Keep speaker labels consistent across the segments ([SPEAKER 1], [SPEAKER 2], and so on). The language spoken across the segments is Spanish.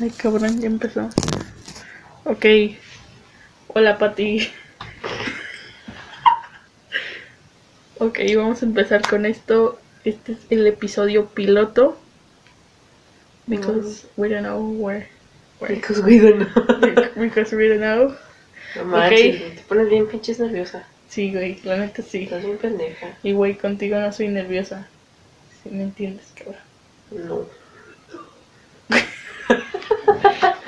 [SPEAKER 1] Ay, cabrón, ya empezó. Ok. Hola, Pati. Ok, vamos a empezar con esto. Este es el episodio piloto. Because we don't know where. where
[SPEAKER 2] Because we don't know.
[SPEAKER 1] because we don't know.
[SPEAKER 2] No manches, güey, te pones bien pinches nerviosa.
[SPEAKER 1] Sí, güey, la neta sí.
[SPEAKER 2] Estás bien pendeja.
[SPEAKER 1] Y, güey, contigo no soy nerviosa. Si me entiendes, cabrón.
[SPEAKER 2] No.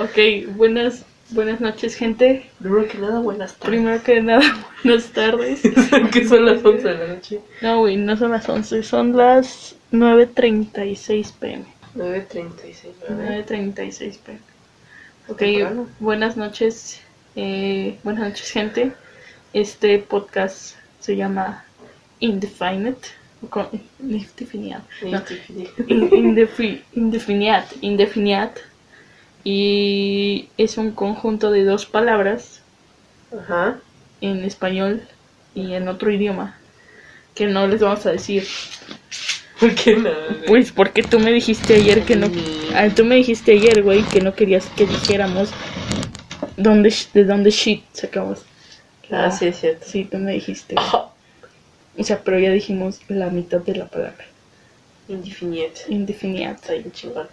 [SPEAKER 1] Ok, buenas, buenas noches, gente.
[SPEAKER 2] Primero que nada, buenas tardes.
[SPEAKER 1] Primero que nada, buenas tardes.
[SPEAKER 2] que son las 11 de la noche.
[SPEAKER 1] No, güey, no son las 11, son las 9.36 pm.
[SPEAKER 2] 9.36, ¿verdad?
[SPEAKER 1] 9.36 pm. Ok,
[SPEAKER 2] Ah. Temprano.
[SPEAKER 1] buenas noches, eh, buenas noches gente. Este podcast se llama Indefinite, con, indefinidad, no, in- indefi- indefinidad, indefinidad, y es un conjunto de dos palabras
[SPEAKER 2] Ajá.
[SPEAKER 1] en español y en otro idioma que no les vamos a decir.
[SPEAKER 2] ¿Por qué nada? güey?
[SPEAKER 1] Pues porque tú me dijiste ayer que no. Ah, tú me dijiste ayer, güey, que no querías que dijéramos dónde, sh- de dónde shit sacamos.
[SPEAKER 2] Ah, sí, es cierto.
[SPEAKER 1] Sí, tú me dijiste. güey. O sea, pero ya dijimos la mitad de la palabra.
[SPEAKER 2] Indefinite.
[SPEAKER 1] Indefinida.
[SPEAKER 2] Está bien chingón.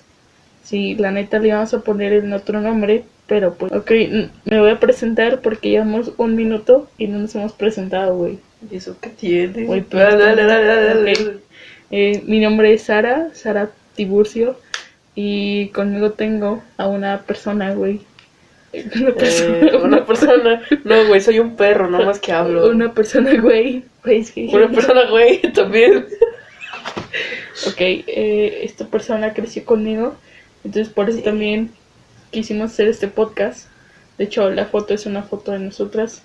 [SPEAKER 1] Sí, la neta le íbamos a poner en otro nombre, pero pues. Ok, n- me voy a presentar porque llevamos un minuto y no nos hemos presentado, güey.
[SPEAKER 2] ¿Y eso qué tiene?
[SPEAKER 1] Güey, pero-
[SPEAKER 2] dale, dale, dale, dale.
[SPEAKER 1] Ok. Eh, mi nombre es Sara, Sara Tiburcio, y conmigo tengo a una persona, güey. Una persona,
[SPEAKER 2] Eh, una persona. No, güey, soy un perro, no más que hablo.
[SPEAKER 1] Una persona, güey. Güey, es que-
[SPEAKER 2] Una persona, güey, también.
[SPEAKER 1] Ok, eh, esta persona creció conmigo, entonces por eso también quisimos hacer este podcast. De hecho, la foto es una foto de nosotras.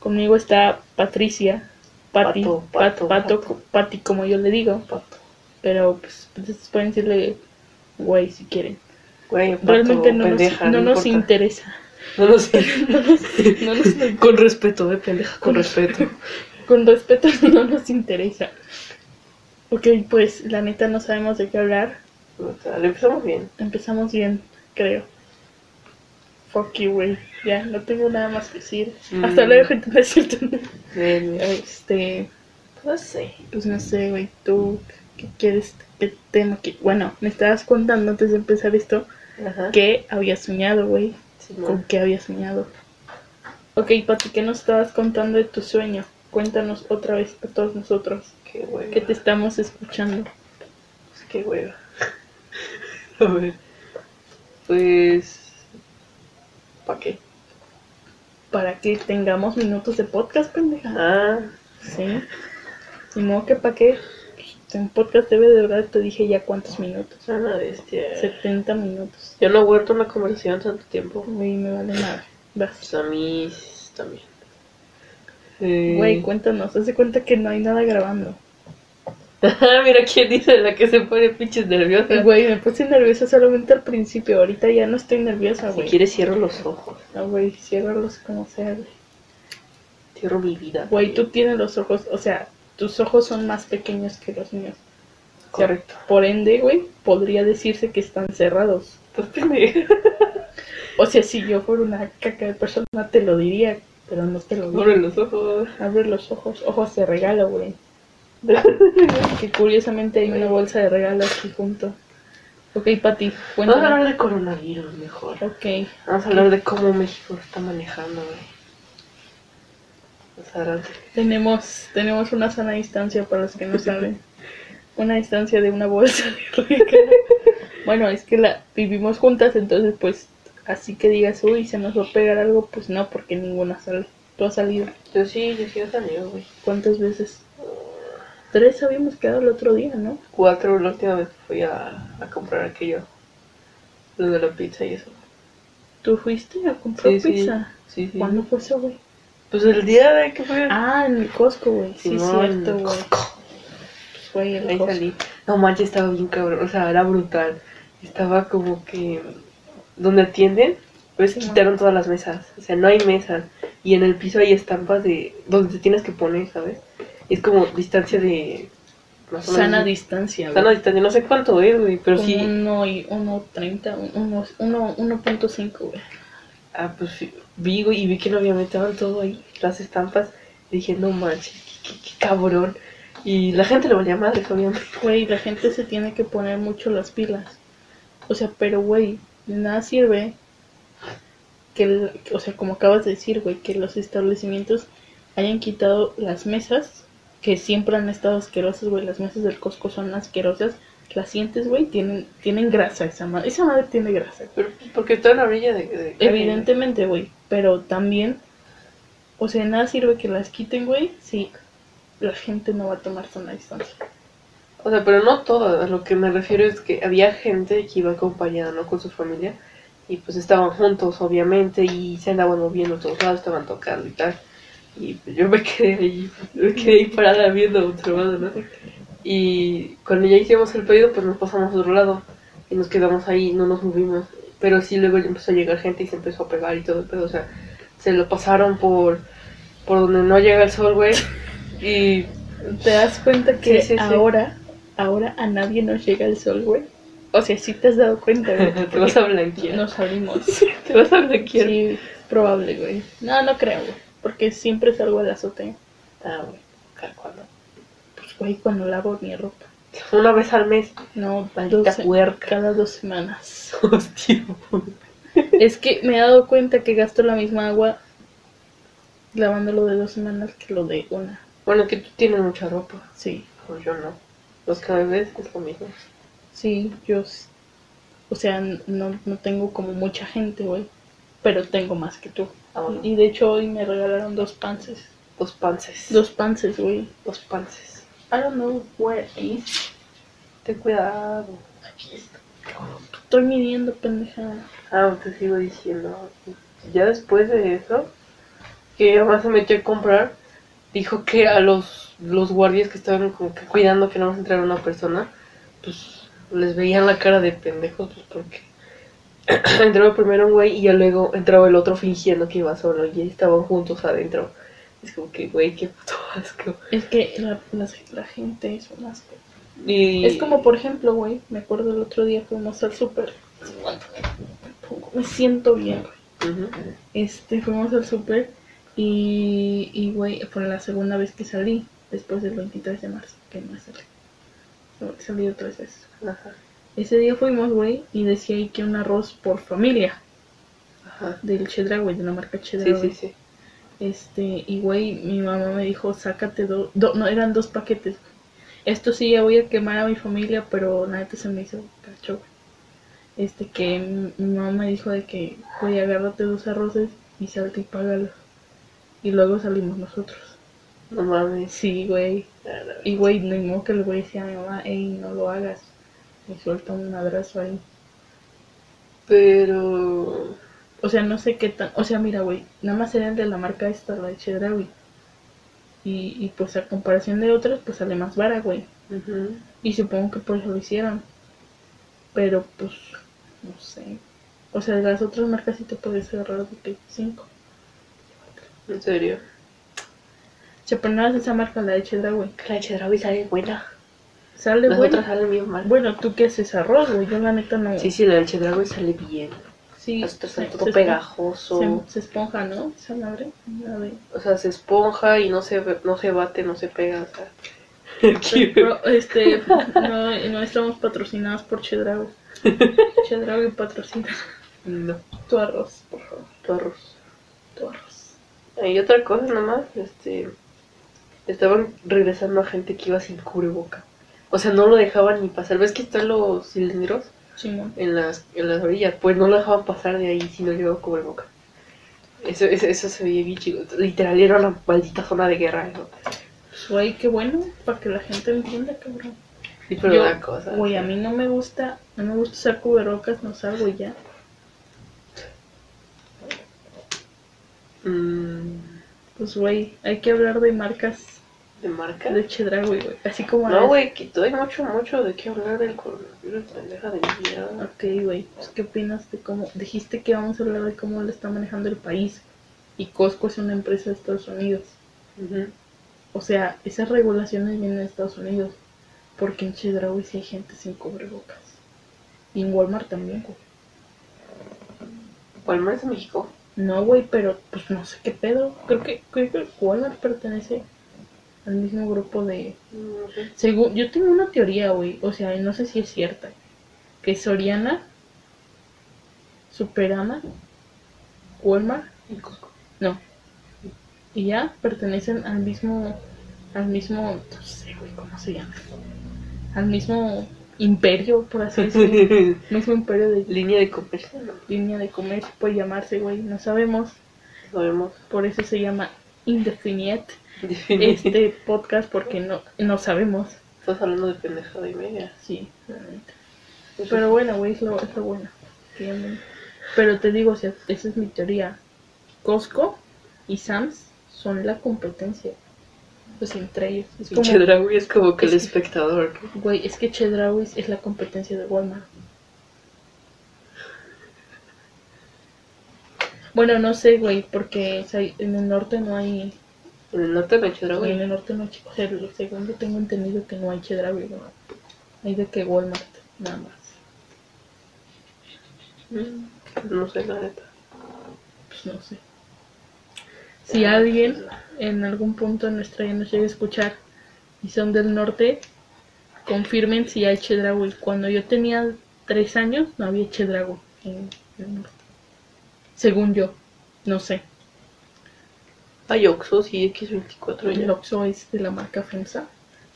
[SPEAKER 1] Conmigo está Patricia, Pati,
[SPEAKER 2] Pato,
[SPEAKER 1] Pat-
[SPEAKER 2] pato,
[SPEAKER 1] Pato,
[SPEAKER 2] pato.
[SPEAKER 1] Pati, como yo le digo.
[SPEAKER 2] Pato.
[SPEAKER 1] Pero pues ustedes pueden decirle, güey, si quieren.
[SPEAKER 2] Güey, pato,
[SPEAKER 1] Realmente no,
[SPEAKER 2] pendeja,
[SPEAKER 1] nos, no nos
[SPEAKER 2] importa.
[SPEAKER 1] interesa.
[SPEAKER 2] No lo sé.
[SPEAKER 1] No nos, no nos-
[SPEAKER 2] Con respeto, eh, pendeja, con respeto.
[SPEAKER 1] con respeto, no nos interesa. Ok, pues la neta no sabemos de qué hablar.
[SPEAKER 2] O sea, le empezamos bien.
[SPEAKER 1] Empezamos bien, creo. Fuck you, güey. Ya, no tengo nada más que decir.
[SPEAKER 2] Mm.
[SPEAKER 1] Hasta luego, gente. No es cierto.
[SPEAKER 2] Bien, bien.
[SPEAKER 1] Este,
[SPEAKER 2] No sé.
[SPEAKER 1] pues no sé, güey. ¿Tú qué quieres? ¿Qué tema? que Bueno, me estabas contando antes de empezar esto
[SPEAKER 2] Ajá.
[SPEAKER 1] que habías soñado, güey. ¿Con
[SPEAKER 2] Simón.
[SPEAKER 1] qué habías soñado? Ok, Pati, ¿qué nos estabas contando de tu sueño? Cuéntanos otra vez a todos nosotros
[SPEAKER 2] Qué hueva.
[SPEAKER 1] que te estamos escuchando.
[SPEAKER 2] Pues, qué hueva. A ver. Pues. ¿Para qué?
[SPEAKER 1] Para que tengamos minutos de podcast, pendeja.
[SPEAKER 2] Ah,
[SPEAKER 1] Sí. Y modo que para qué. En podcast TV de verdad te dije ya cuántos minutos.
[SPEAKER 2] una bestia.
[SPEAKER 1] 70 minutos.
[SPEAKER 2] Yo no aguanto una conversación tanto tiempo.
[SPEAKER 1] Güey, me vale nada.
[SPEAKER 2] Pues
[SPEAKER 1] Vas.
[SPEAKER 2] a mí también. Eh,
[SPEAKER 1] Güey, cuéntanos. Haz de cuenta que no hay nada grabando.
[SPEAKER 2] Mira quién dice la que se pone pinches nerviosa.
[SPEAKER 1] Güey, me puse nerviosa solamente al principio. Ahorita ya no estoy nerviosa,
[SPEAKER 2] Si
[SPEAKER 1] güey.
[SPEAKER 2] quieres, cierro los ojos.
[SPEAKER 1] No, güey, ciérralos como sea, güey.
[SPEAKER 2] Cierro mi vida.
[SPEAKER 1] Güey, tú tienes los ojos, o sea, tus ojos son más pequeños que los míos. O sea,
[SPEAKER 2] Correcto.
[SPEAKER 1] Por ende, güey, podría decirse que están cerrados.
[SPEAKER 2] Pues pendeja.
[SPEAKER 1] O sea, si yo fuera una caca de persona, te lo diría, pero no te lo digo.
[SPEAKER 2] Abre los ojos.
[SPEAKER 1] Abre los ojos, ojos de regalo, güey. que curiosamente hay una bolsa de regalo aquí junto. Ok, Pati,
[SPEAKER 2] Vamos a
[SPEAKER 1] cuéntame.
[SPEAKER 2] hablar de coronavirus mejor.
[SPEAKER 1] Ok,
[SPEAKER 2] Vamos a hablar de cómo México está manejando, güey. Más adelante.
[SPEAKER 1] tenemos, tenemos una sana distancia para los que no saben. Una distancia de una bolsa de regalo. Bueno, es que la vivimos juntas, entonces pues así que digas, uy, se nos va a pegar algo, pues no, porque ninguna sale. Tú has salido.
[SPEAKER 2] Yo sí, yo sí he salido, güey.
[SPEAKER 1] ¿Cuántas veces? Tres habíamos quedado el otro día, ¿no?
[SPEAKER 2] Cuatro, la última vez que fui a, a comprar aquello. Lo de la pizza y eso.
[SPEAKER 1] ¿Tú fuiste a comprar pizza?
[SPEAKER 2] Sí, sí.
[SPEAKER 1] ¿Cuándo fue eso, güey?
[SPEAKER 2] Pues el día de que fue.
[SPEAKER 1] Ah, en el Costco, güey. Sí,
[SPEAKER 2] Simón,
[SPEAKER 1] cierto, güey.
[SPEAKER 2] Costco.
[SPEAKER 1] Güey, el
[SPEAKER 2] Ahí
[SPEAKER 1] Costco.
[SPEAKER 2] salí. No manches, estaba bien cabrón. O sea, era brutal. Estaba como que. Donde atienden, pues
[SPEAKER 1] Simón.
[SPEAKER 2] quitaron todas las mesas. O sea, no hay mesas. Y en el piso hay estampas de. Donde te tienes que poner, ¿sabes? Y es como distancia de. más o menos.
[SPEAKER 1] Sana distancia, güey.
[SPEAKER 2] Sana distancia, no sé cuánto es, güey, pero
[SPEAKER 1] Como
[SPEAKER 2] sí.
[SPEAKER 1] uno y 1.30, uno- uno- 1.5, güey.
[SPEAKER 2] Ah, pues fi- vi, güey, y vi que lo había metido todo ahí, las estampas. Dije, no manches, qué, qué- qué cabrón. Y la gente le valía madre, obviamente.
[SPEAKER 1] Güey, la gente se tiene que poner mucho las pilas. O sea, pero güey, nada sirve que, el- o sea, como acabas de decir, güey, que los establecimientos hayan quitado las mesas que siempre han estado asquerosas, güey. Las mesas del Costco son asquerosas. Las sientes, güey, tienen, tienen grasa esa madre. Esa madre tiene grasa.
[SPEAKER 2] Pero, pues, porque está en la orilla de. de-
[SPEAKER 1] Evidentemente, güey, pero también, o sea, nada sirve que las quiten, güey, si la gente no va a tomar sana distancia.
[SPEAKER 2] O sea, pero no todas. A lo que me refiero es que había gente que iba acompañada, ¿no? Con su familia. Y pues estaban juntos, obviamente. Y se andaban moviendo a todos lados, estaban tocando y tal. Y pues, yo me quedé ahí, me quedé ahí parada viendo otro lado, ¿no? Y cuando ya hicimos el pedido, pues nos pasamos a otro lado. Y nos quedamos ahí, no nos movimos. Pero sí, luego ya empezó a llegar gente y se empezó a pegar y todo. Pero, o sea, se lo pasaron por, por donde no llega el sol, güey. Y
[SPEAKER 1] ¿Te das cuenta que
[SPEAKER 2] Sí, sí, sí.
[SPEAKER 1] ahora, ahora a nadie nos llega el sol, güey? O sea, sí te has dado cuenta, güey.
[SPEAKER 2] te vas
[SPEAKER 1] porque
[SPEAKER 2] a blanquear.
[SPEAKER 1] Nos abrimos.
[SPEAKER 2] Te vas a blanquear.
[SPEAKER 1] Sí, probable, güey. No, no creo, güey. Porque siempre salgo a la azotea.
[SPEAKER 2] Ah, güey, cada cuando.
[SPEAKER 1] Pues, güey, cuando lavo mi ropa.
[SPEAKER 2] Una vez al mes.
[SPEAKER 1] No,
[SPEAKER 2] Maldita
[SPEAKER 1] dos se-
[SPEAKER 2] puerca.
[SPEAKER 1] cada dos semanas.
[SPEAKER 2] Hostia.
[SPEAKER 1] Es que me he dado cuenta que gasto la misma agua lavándolo de dos semanas que lo de una.
[SPEAKER 2] Bueno, que tú tienes mucha ropa.
[SPEAKER 1] Sí,
[SPEAKER 2] Pues yo no. Los que me ves es lo mismo.
[SPEAKER 1] sí, yo. s- O sea, n- no, no tengo como mucha gente, güey. Pero tengo más que tú.
[SPEAKER 2] Ah, bueno.
[SPEAKER 1] Y de hecho hoy me regalaron dos pances.
[SPEAKER 2] Dos pances.
[SPEAKER 1] Dos pances, güey.
[SPEAKER 2] Dos pances.
[SPEAKER 1] I don't know where is.
[SPEAKER 2] Ten cuidado.
[SPEAKER 1] Estoy midiendo, pendeja.
[SPEAKER 2] Ah, te sigo diciendo. Ya después de eso, que además se metió a comprar, dijo que a los, los guardias que estaban como que cuidando que no más entrara una persona, pues les veían la cara de pendejos, pues porque entraba primero un güey y ya luego entraba el otro fingiendo que iba solo y ahí estaban juntos adentro. Es como que, güey, qué puto asco.
[SPEAKER 1] Es que la, las- la gente es un asco.
[SPEAKER 2] Y...
[SPEAKER 1] Es como, por ejemplo, güey, me acuerdo el otro día fuimos al súper. Me siento bien, güey.
[SPEAKER 2] Ujú.
[SPEAKER 1] Este, fuimos al súper y, y, güey, fue la segunda vez que salí, después del 23 de marzo, que no salí. No, Salí tres veces.
[SPEAKER 2] Ajá,
[SPEAKER 1] Ese día fuimos, güey, y decía ahí que un arroz por familia.
[SPEAKER 2] ajá.
[SPEAKER 1] del Chedra, güey, de la marca Chedra,
[SPEAKER 2] Sí, sí,
[SPEAKER 1] güey.
[SPEAKER 2] sí.
[SPEAKER 1] Este, y güey, mi mamá me dijo, sácate dos, no, eran dos paquetes. Esto sí, ya voy a quemar a mi familia, pero la neta se me hizo cacho, güey. Este, que mi- mi mamá me dijo de que, güey, agárrate dos arroces y salte y págalos. Y luego salimos nosotros.
[SPEAKER 2] No mames.
[SPEAKER 1] Sí, güey. Y güey, ni modo que el güey decía a mi mamá, ey, no lo hagas. Me suelta un madrazo ahí.
[SPEAKER 2] Pero...
[SPEAKER 1] O sea, no sé qué tan. O sea, mira, güey, nada más era el de la marca esta, la de Chedra, güey. Y, y pues a comparación de otras, pues sale más vara, güey.
[SPEAKER 2] Ujú.
[SPEAKER 1] Y supongo que por eso lo hicieron. Pero pues, no sé. O sea, de las otras marcas sí te puedes agarrar de que 5.
[SPEAKER 2] En serio.
[SPEAKER 1] Se ponías esa marca, la de Chedra, güey.
[SPEAKER 2] Que la chedraui sale buena.
[SPEAKER 1] Sale,
[SPEAKER 2] Las
[SPEAKER 1] güey.
[SPEAKER 2] otras salen bien mal.
[SPEAKER 1] Bueno, tú qué haces arroz, güey. Yo la neta no.
[SPEAKER 2] Sí, sí, la del chedraui sale bien.
[SPEAKER 1] sí.
[SPEAKER 2] Las otras
[SPEAKER 1] se-
[SPEAKER 2] salen todo
[SPEAKER 1] se espon-
[SPEAKER 2] pegajoso.
[SPEAKER 1] Se, se esponja, ¿no? Esa madre. La de-
[SPEAKER 2] O sea, se esponja y no se, ve- no se bate, no se pega. O sea.
[SPEAKER 1] Pero, este, no, no estamos patrocinados por Chedrago. Chedrago patrocina
[SPEAKER 2] No,
[SPEAKER 1] tu arroz, por favor.
[SPEAKER 2] tu arroz.
[SPEAKER 1] Tu arroz.
[SPEAKER 2] Y otra cosa nomás, este. Estaban regresando a gente que iba sin cubreboca. O sea, no lo dejaban ni pasar. ¿Ves que están los cilindros
[SPEAKER 1] Simón.
[SPEAKER 2] en las, en las orillas? Pues no lo dejaban pasar de ahí si no llevaba cubreboca. Eso, eso, eso se veía bien chico. Literal, era una maldita zona de guerra. ¿no?
[SPEAKER 1] Pues, Güey, qué bueno, para que la gente entienda, cabrón.
[SPEAKER 2] Sí, pero
[SPEAKER 1] Yo-
[SPEAKER 2] una cosa.
[SPEAKER 1] Güey, a mí no me gusta, no me gusta usar cuberocas, no salgo y ya.
[SPEAKER 2] Mm,
[SPEAKER 1] Pues, güey, hay que hablar de marcas
[SPEAKER 2] ¿De marca?
[SPEAKER 1] de Chedrago, güey. Así como...
[SPEAKER 2] No,
[SPEAKER 1] es-
[SPEAKER 2] güey, que hay mucho, mucho de qué hablar del coronavirus, pendeja de mierda.
[SPEAKER 1] Ok, güey, pues, ¿qué opinas de cómo? Dijiste que vamos a hablar de cómo lo está manejando el país. Y Costco es una empresa de Estados Unidos. O sea, esas regulaciones vienen de Estados Unidos. Porque en Chedraui sí hay gente sin cubrebocas. Y en Walmart también, güey.
[SPEAKER 2] Walmart es de México.
[SPEAKER 1] No, güey, pero pues no sé qué pedo. Creo que, creo que Walmart pertenece al mismo grupo de...
[SPEAKER 2] Mm, ok.
[SPEAKER 1] Según, yo tengo una teoría, güey. O sea, no sé si es cierta. Que Soriana, Superama, Walmart,
[SPEAKER 2] Y Costco.
[SPEAKER 1] no. Y ya pertenecen al mismo... Al mismo... No sé, güey, ¿cómo se llama? Al mismo imperio, por así decirlo. mismo imperio de
[SPEAKER 2] Línea de comercio, no
[SPEAKER 1] línea de comercio puede llamarse, güey, no sabemos.
[SPEAKER 2] sabemos.
[SPEAKER 1] Por eso se llama Indefinite este podcast, porque no, no sabemos.
[SPEAKER 2] Estás hablando de pendejada y media.
[SPEAKER 1] Sí, realmente. Pero bueno, güey, es lo, es lo bueno. que ya me- Pero te digo, o sea, esa es mi teoría. Costco y Sam's son la competencia. Pues entre ellos. Es
[SPEAKER 2] Pinche
[SPEAKER 1] como,
[SPEAKER 2] Dragui es como que el
[SPEAKER 1] Es-
[SPEAKER 2] espectador. ¿no?
[SPEAKER 1] güey, es que Chedrauis es la competencia de Walmart. Bueno, no sé, güey, porque o sea, en el norte no hay
[SPEAKER 2] En el norte no hay Chedraui.
[SPEAKER 1] Güey, en el norte no hay Che- o sea, lo- según yo tengo entendido que no hay Chedraui, güey. Hay de que Walmart, nada más.
[SPEAKER 2] Mm, No sé, la neta.
[SPEAKER 1] Pues no sé. Si alguien en algún punto de nuestra vida nos llega a escuchar y son del norte, confirmen si hay Chedraui. Cuando yo tenía tres años no había Chedraui en el norte. Según yo, no sé.
[SPEAKER 2] Hay Oxxos y X24
[SPEAKER 1] El
[SPEAKER 2] ya.
[SPEAKER 1] Oxxo es de la marca FEMSA.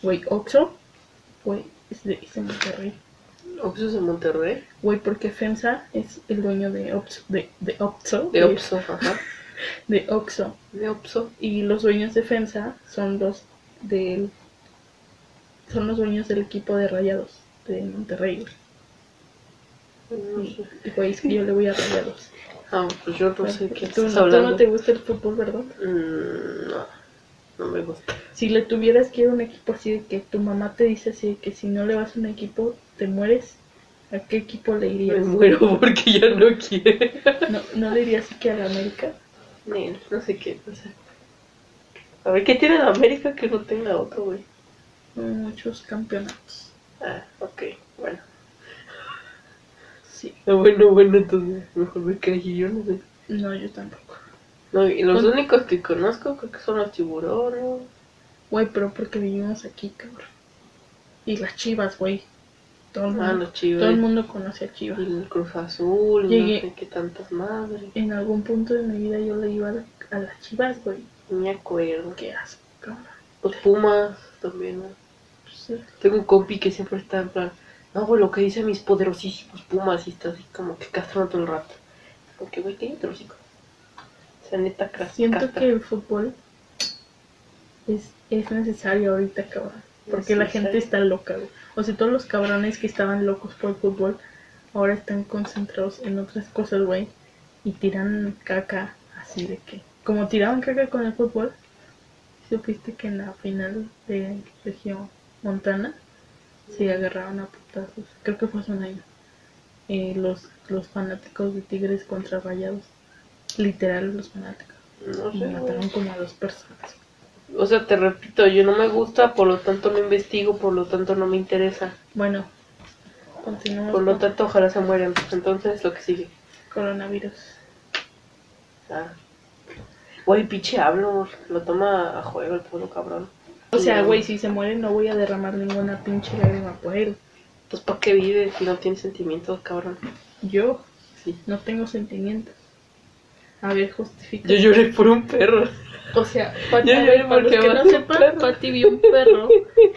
[SPEAKER 1] Güey, Oxxo, güey, es de, es de Monterrey.
[SPEAKER 2] Oxxos en Monterrey.
[SPEAKER 1] Güey, porque FEMSA es el dueño de Oxxo. De, de Oxxo.
[SPEAKER 2] De
[SPEAKER 1] de-
[SPEAKER 2] Oxxo, ajá.
[SPEAKER 1] de Oxxo.
[SPEAKER 2] De Oxxo.
[SPEAKER 1] Y los dueños de FEMSA son los del. Son los dueños del equipo de rayados de Monterrey.
[SPEAKER 2] No
[SPEAKER 1] güey.
[SPEAKER 2] sé.
[SPEAKER 1] Y, güey, es que yo le voy a rayados.
[SPEAKER 2] Ah, pues yo no sé
[SPEAKER 1] Güey,
[SPEAKER 2] qué
[SPEAKER 1] tú,
[SPEAKER 2] estás
[SPEAKER 1] no- tú
[SPEAKER 2] hablando.
[SPEAKER 1] no te gusta el fútbol, ¿verdad?
[SPEAKER 2] Mm, No, no me gusta.
[SPEAKER 1] Si le tuvieras que ir a un equipo así de que tu mamá te dice así de que si no le vas a un equipo, te mueres. ¿A qué equipo le
[SPEAKER 2] Me
[SPEAKER 1] irías?
[SPEAKER 2] muero porque ya no quiere.
[SPEAKER 1] No, no le dirías que a la América.
[SPEAKER 2] Nel, no sé qué pasa. A ver, ¿qué tiene la América que no tenga otro, güey?
[SPEAKER 1] Muchos campeonatos.
[SPEAKER 2] Ah, ok, bueno.
[SPEAKER 1] Sí.
[SPEAKER 2] Ah, Bueno, bueno, entonces mejor me callo yo, no sé.
[SPEAKER 1] No, yo tampoco.
[SPEAKER 2] No, y los
[SPEAKER 1] Con-
[SPEAKER 2] únicos que conozco creo que son los tiburones.
[SPEAKER 1] Güey, pero porque vivimos aquí, cabrón. Y las chivas, güey. Todo el
[SPEAKER 2] Ah,
[SPEAKER 1] mundo,
[SPEAKER 2] los chivos.
[SPEAKER 1] todo el mundo conoce a
[SPEAKER 2] Y
[SPEAKER 1] chivas.
[SPEAKER 2] el Cruz Azul, y
[SPEAKER 1] Llegué.
[SPEAKER 2] no sé qué tantas madres.
[SPEAKER 1] En algún punto de mi vida yo le iba a, la- a las chivas, güey.
[SPEAKER 2] No me acuerdo.
[SPEAKER 1] Qué asco, cabrón.
[SPEAKER 2] Los Pumas también, ¿no?
[SPEAKER 1] Pues, eh,
[SPEAKER 2] Tengo un compi que siempre está en plan, no, güey, lo que dicen mis poderosísimos pumas y está así como que castrando todo el rato. Porque, güey, qué hocico. O sea, neta, cras-
[SPEAKER 1] Siento
[SPEAKER 2] castra.
[SPEAKER 1] que el fútbol es, es necesario ahorita, cabrón. Porque la
[SPEAKER 2] Necesario.
[SPEAKER 1] gente está loca, güey. O sea, todos los cabrones que estaban locos por el fútbol ahora están concentrados en otras cosas, güey. Y tiran caca así de que... Como tiraban caca con el fútbol, supiste que en la final de Región Montana se agarraron a putazos. Creo que fue hace un año. Eh, los, los fanáticos de Tigres contra Rayados. Literal, los fanáticos.
[SPEAKER 2] No
[SPEAKER 1] Y
[SPEAKER 2] sé,
[SPEAKER 1] mataron
[SPEAKER 2] güey.
[SPEAKER 1] como a dos personas.
[SPEAKER 2] O sea, te repito, yo no me gusta, por lo tanto no investigo, por lo tanto no me interesa.
[SPEAKER 1] Bueno, continuamos
[SPEAKER 2] Por lo
[SPEAKER 1] con
[SPEAKER 2] tanto, ojalá se mueran. Entonces, lo que sigue.
[SPEAKER 1] coronavirus.
[SPEAKER 2] Ah. Güey, pinche hablo, lo toma a juego el pueblo cabrón.
[SPEAKER 1] O sea,
[SPEAKER 2] No.
[SPEAKER 1] güey, si se muere no voy a derramar ninguna pinche lágrima por él.
[SPEAKER 2] Entonces, ¿para Pues, qué vives si no tienes sentimientos, cabrón?
[SPEAKER 1] Yo
[SPEAKER 2] Sí.
[SPEAKER 1] no tengo sentimientos. A ver, justifica.
[SPEAKER 2] Yo lloré por un perro.
[SPEAKER 1] O sea, Pati,
[SPEAKER 2] Yo
[SPEAKER 1] a ver,
[SPEAKER 2] lloré
[SPEAKER 1] para los
[SPEAKER 2] porque
[SPEAKER 1] que no
[SPEAKER 2] mató un
[SPEAKER 1] sepan,
[SPEAKER 2] perro.
[SPEAKER 1] Pati vio un perro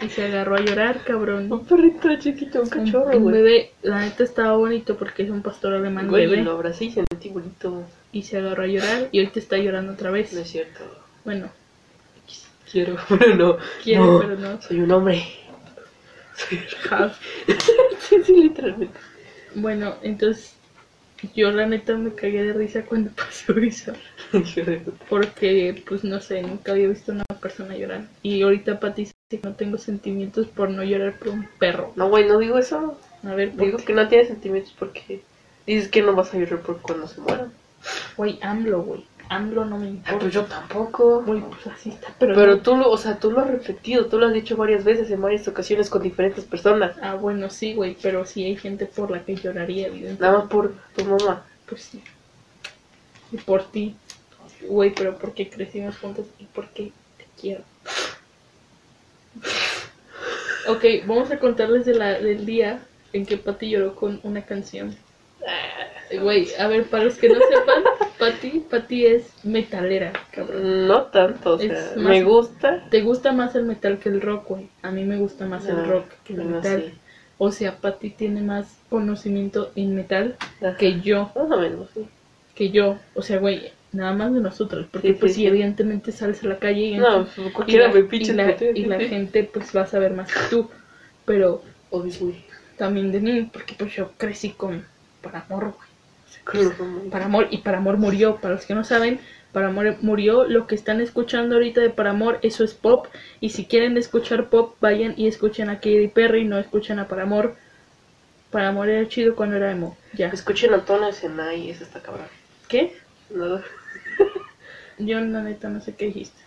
[SPEAKER 1] y se agarró a llorar, cabrón.
[SPEAKER 2] Un perrito chiquito, un
[SPEAKER 1] Un-
[SPEAKER 2] cachorro,
[SPEAKER 1] un
[SPEAKER 2] güey.
[SPEAKER 1] bebé, la neta estaba bonito porque es un pastor alemán
[SPEAKER 2] Güey,
[SPEAKER 1] bebé
[SPEAKER 2] lo abracé y sentí bonito.
[SPEAKER 1] y se agarró a llorar y hoy te está llorando otra vez.
[SPEAKER 2] No es cierto.
[SPEAKER 1] Bueno,
[SPEAKER 2] Quiero, pero no.
[SPEAKER 1] quiere
[SPEAKER 2] No.
[SPEAKER 1] pero no.
[SPEAKER 2] Soy un hombre. Soy...
[SPEAKER 1] Half.
[SPEAKER 2] sí, sí, literalmente.
[SPEAKER 1] Bueno, entonces yo la neta me cagué de risa cuando pasó eso.
[SPEAKER 2] Hijo de puta.
[SPEAKER 1] Porque, pues no sé, nunca había visto a una persona llorar. Y ahorita Pati dice que no tengo sentimientos por no llorar por un perro.
[SPEAKER 2] no, güey, no digo eso.
[SPEAKER 1] A ver, ¿por
[SPEAKER 2] Digo
[SPEAKER 1] qué?
[SPEAKER 2] que no tienes sentimientos porque dices que no vas a llorar por cuando se mueran.
[SPEAKER 1] Güey, AMLO, güey. AMLO no me
[SPEAKER 2] Ah, pero
[SPEAKER 1] importa.
[SPEAKER 2] yo tampoco.
[SPEAKER 1] Güey, pues así está, pero.
[SPEAKER 2] Pero
[SPEAKER 1] no.
[SPEAKER 2] tú lo, o sea, tú lo has repetido, tú lo has dicho varias veces en varias ocasiones con diferentes personas.
[SPEAKER 1] Ah, bueno, sí, güey, pero sí hay gente por la que lloraría, evidentemente.
[SPEAKER 2] Nada más por tu mamá.
[SPEAKER 1] Pues sí. Y por ti. Güey, pero porque crecimos juntos y porque te quiero. Ok, vamos a contarles de la, del día en que Patty lloró con una canción.
[SPEAKER 2] Ah,
[SPEAKER 1] Güey, a ver, para los que no sepan, Patty, Patty es metalera, cabrón.
[SPEAKER 2] No tanto, o
[SPEAKER 1] Es
[SPEAKER 2] sea,
[SPEAKER 1] más-
[SPEAKER 2] me gusta.
[SPEAKER 1] ¿Te gusta más el metal que el rock, güey? A mí me gusta más
[SPEAKER 2] No,
[SPEAKER 1] el rock que el
[SPEAKER 2] no,
[SPEAKER 1] metal. O sea, Patty tiene más conocimiento en metal
[SPEAKER 2] sí. Ajá.
[SPEAKER 1] que yo.
[SPEAKER 2] Más o menos, sí.
[SPEAKER 1] que yo, o sea, güey, nada más de nosotros, porque
[SPEAKER 2] Sí,
[SPEAKER 1] pues
[SPEAKER 2] sí,
[SPEAKER 1] si
[SPEAKER 2] sí.
[SPEAKER 1] evidentemente sales a la calle y,
[SPEAKER 2] No,
[SPEAKER 1] y,
[SPEAKER 2] cualquiera
[SPEAKER 1] la,
[SPEAKER 2] me pinche
[SPEAKER 1] y la-
[SPEAKER 2] putea,
[SPEAKER 1] y la
[SPEAKER 2] sí, sí.
[SPEAKER 1] gente pues va a saber más que tú, pero
[SPEAKER 2] Obviously.
[SPEAKER 1] también de mí, porque pues yo crecí con Paramor, güey.
[SPEAKER 2] Claro, como-
[SPEAKER 1] Paramor y Paramor murió, para los que no saben, Paramor murió, lo que están escuchando ahorita de Paramor, eso es pop, y si quieren escuchar pop, vayan y escuchen a Katy Perry, no escuchen a Paramor. Paramor era chido cuando era emo, ya.
[SPEAKER 2] Escuchen a Tona Senai, esa está cabrón.
[SPEAKER 1] ¿Qué?
[SPEAKER 2] Nada.
[SPEAKER 1] Yo la neta no sé qué dijiste.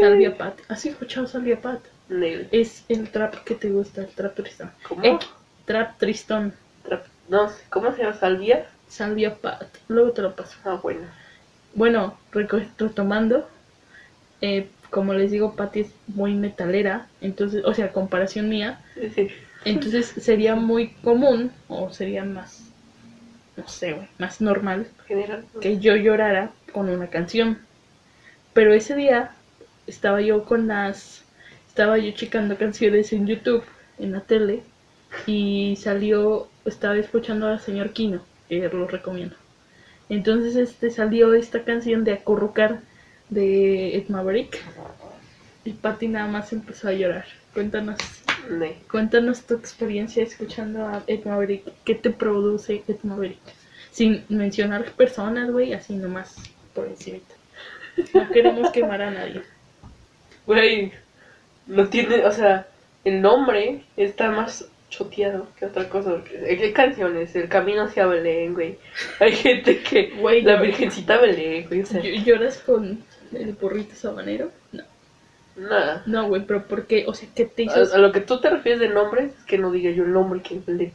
[SPEAKER 1] Salvia Pat. ¿Has escuchado Salvia Pat?
[SPEAKER 2] Nel.
[SPEAKER 1] Es el trap que te gusta, el trap tristón.
[SPEAKER 2] ¿Cómo?
[SPEAKER 1] Eh, trap tristón.
[SPEAKER 2] Trap- No, sé, ¿cómo se llama? ¿Salvia?
[SPEAKER 1] Salvia Pat. Luego te lo paso.
[SPEAKER 2] Ah, bueno.
[SPEAKER 1] Bueno, reco- retomando. eh, como les digo, Pat es muy metalera. Entonces, o sea, a comparación mía.
[SPEAKER 2] Sí, sí.
[SPEAKER 1] Entonces sería muy común, o sería más, no sé, güey, más normal
[SPEAKER 2] General.
[SPEAKER 1] que yo llorara con una canción. Pero ese día estaba yo con las. Estaba yo checando canciones en YouTube, en la tele, y salió. Estaba escuchando al señor Kino, que lo recomiendo. Entonces este salió esta canción de Acurrucar de Ed Maverick, y Patty nada más empezó a llorar. Cuéntanos.
[SPEAKER 2] Nel.
[SPEAKER 1] Cuéntanos tu experiencia escuchando a Ed Maverick. ¿Qué te produce Ed Maverick? Sin mencionar personas, güey, así nomás por encima. No queremos quemar a nadie.
[SPEAKER 2] Güey, no tiene, o sea, el nombre está más choteado que otra cosa. porque- ¿Qué, canciones? El camino hacia Belén, güey. Hay gente que.
[SPEAKER 1] Güey,
[SPEAKER 2] La
[SPEAKER 1] yo-
[SPEAKER 2] Virgencita Belén, güey. O sea,
[SPEAKER 1] ¿Ll- ¿Lloras con el burrito sabanero? No.
[SPEAKER 2] nada.
[SPEAKER 1] No, güey, pero ¿por qué? O sea, ¿qué te hizo?
[SPEAKER 2] A, a lo que tú te refieres de nombres es que no diga yo el nombre que es Belén.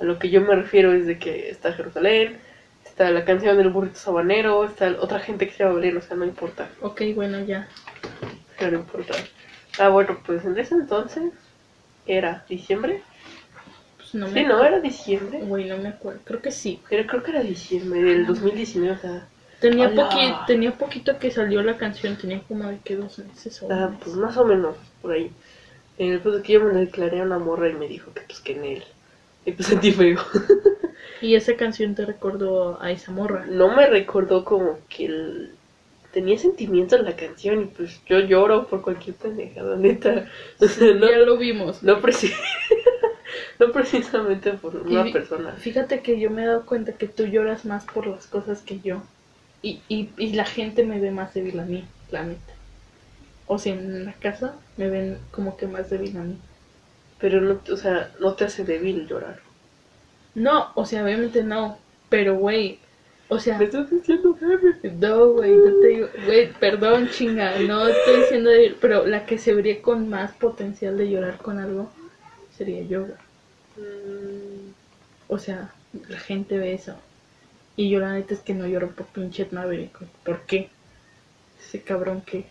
[SPEAKER 2] A lo que yo me refiero es de que está Jerusalén, está la canción del burrito sabanero, está otra gente que se llama Belén, o sea, no importa.
[SPEAKER 1] Ok, bueno, ya.
[SPEAKER 2] No le importa. Ah, bueno, pues en ese entonces era diciembre.
[SPEAKER 1] Pues no me
[SPEAKER 2] Sí, no, era diciembre.
[SPEAKER 1] Güey, no me acuerdo. Creo que sí.
[SPEAKER 2] Creo, creo que era diciembre del 2019, o sea,
[SPEAKER 1] Tenía,
[SPEAKER 2] Hola.
[SPEAKER 1] poqui- tenía poquito que salió la canción. Tenía como de que dos meses o un
[SPEAKER 2] ah,
[SPEAKER 1] mes.
[SPEAKER 2] pues más o menos por ahí. Eh, El punto es que yo me lo declaré a una morra y me dijo que pues que en él. Y pues sentí feo.
[SPEAKER 1] Y esa canción te recordó a esa morra.
[SPEAKER 2] No me recordó como que el- tenía sentimientos la canción y pues yo lloro por cualquier pendejada, neta. O sea, no,
[SPEAKER 1] Ya lo vimos.
[SPEAKER 2] no, preci- no precisamente por una
[SPEAKER 1] Y-
[SPEAKER 2] persona.
[SPEAKER 1] Fíjate que yo me he dado cuenta que tú lloras más por las cosas que yo. Y, y, y la gente me ve más débil a mí, la neta. O sea, en la casa me ven como que más débil a mí.
[SPEAKER 2] Pero no, o sea, no te hace débil llorar.
[SPEAKER 1] No, o sea, obviamente no. Pero, güey, o sea,
[SPEAKER 2] Me estás diciendo, Gaby.
[SPEAKER 1] no, güey, no te digo, güey, perdón, chinga, no estoy diciendo, débil, pero la que se vería con más potencial de llorar con algo sería yo, güey.
[SPEAKER 2] Mm,
[SPEAKER 1] O sea, la gente ve eso. Y yo la neta es que no lloro por pinche Ed Maverick. güey. ¿Por qué? Ese cabrón que...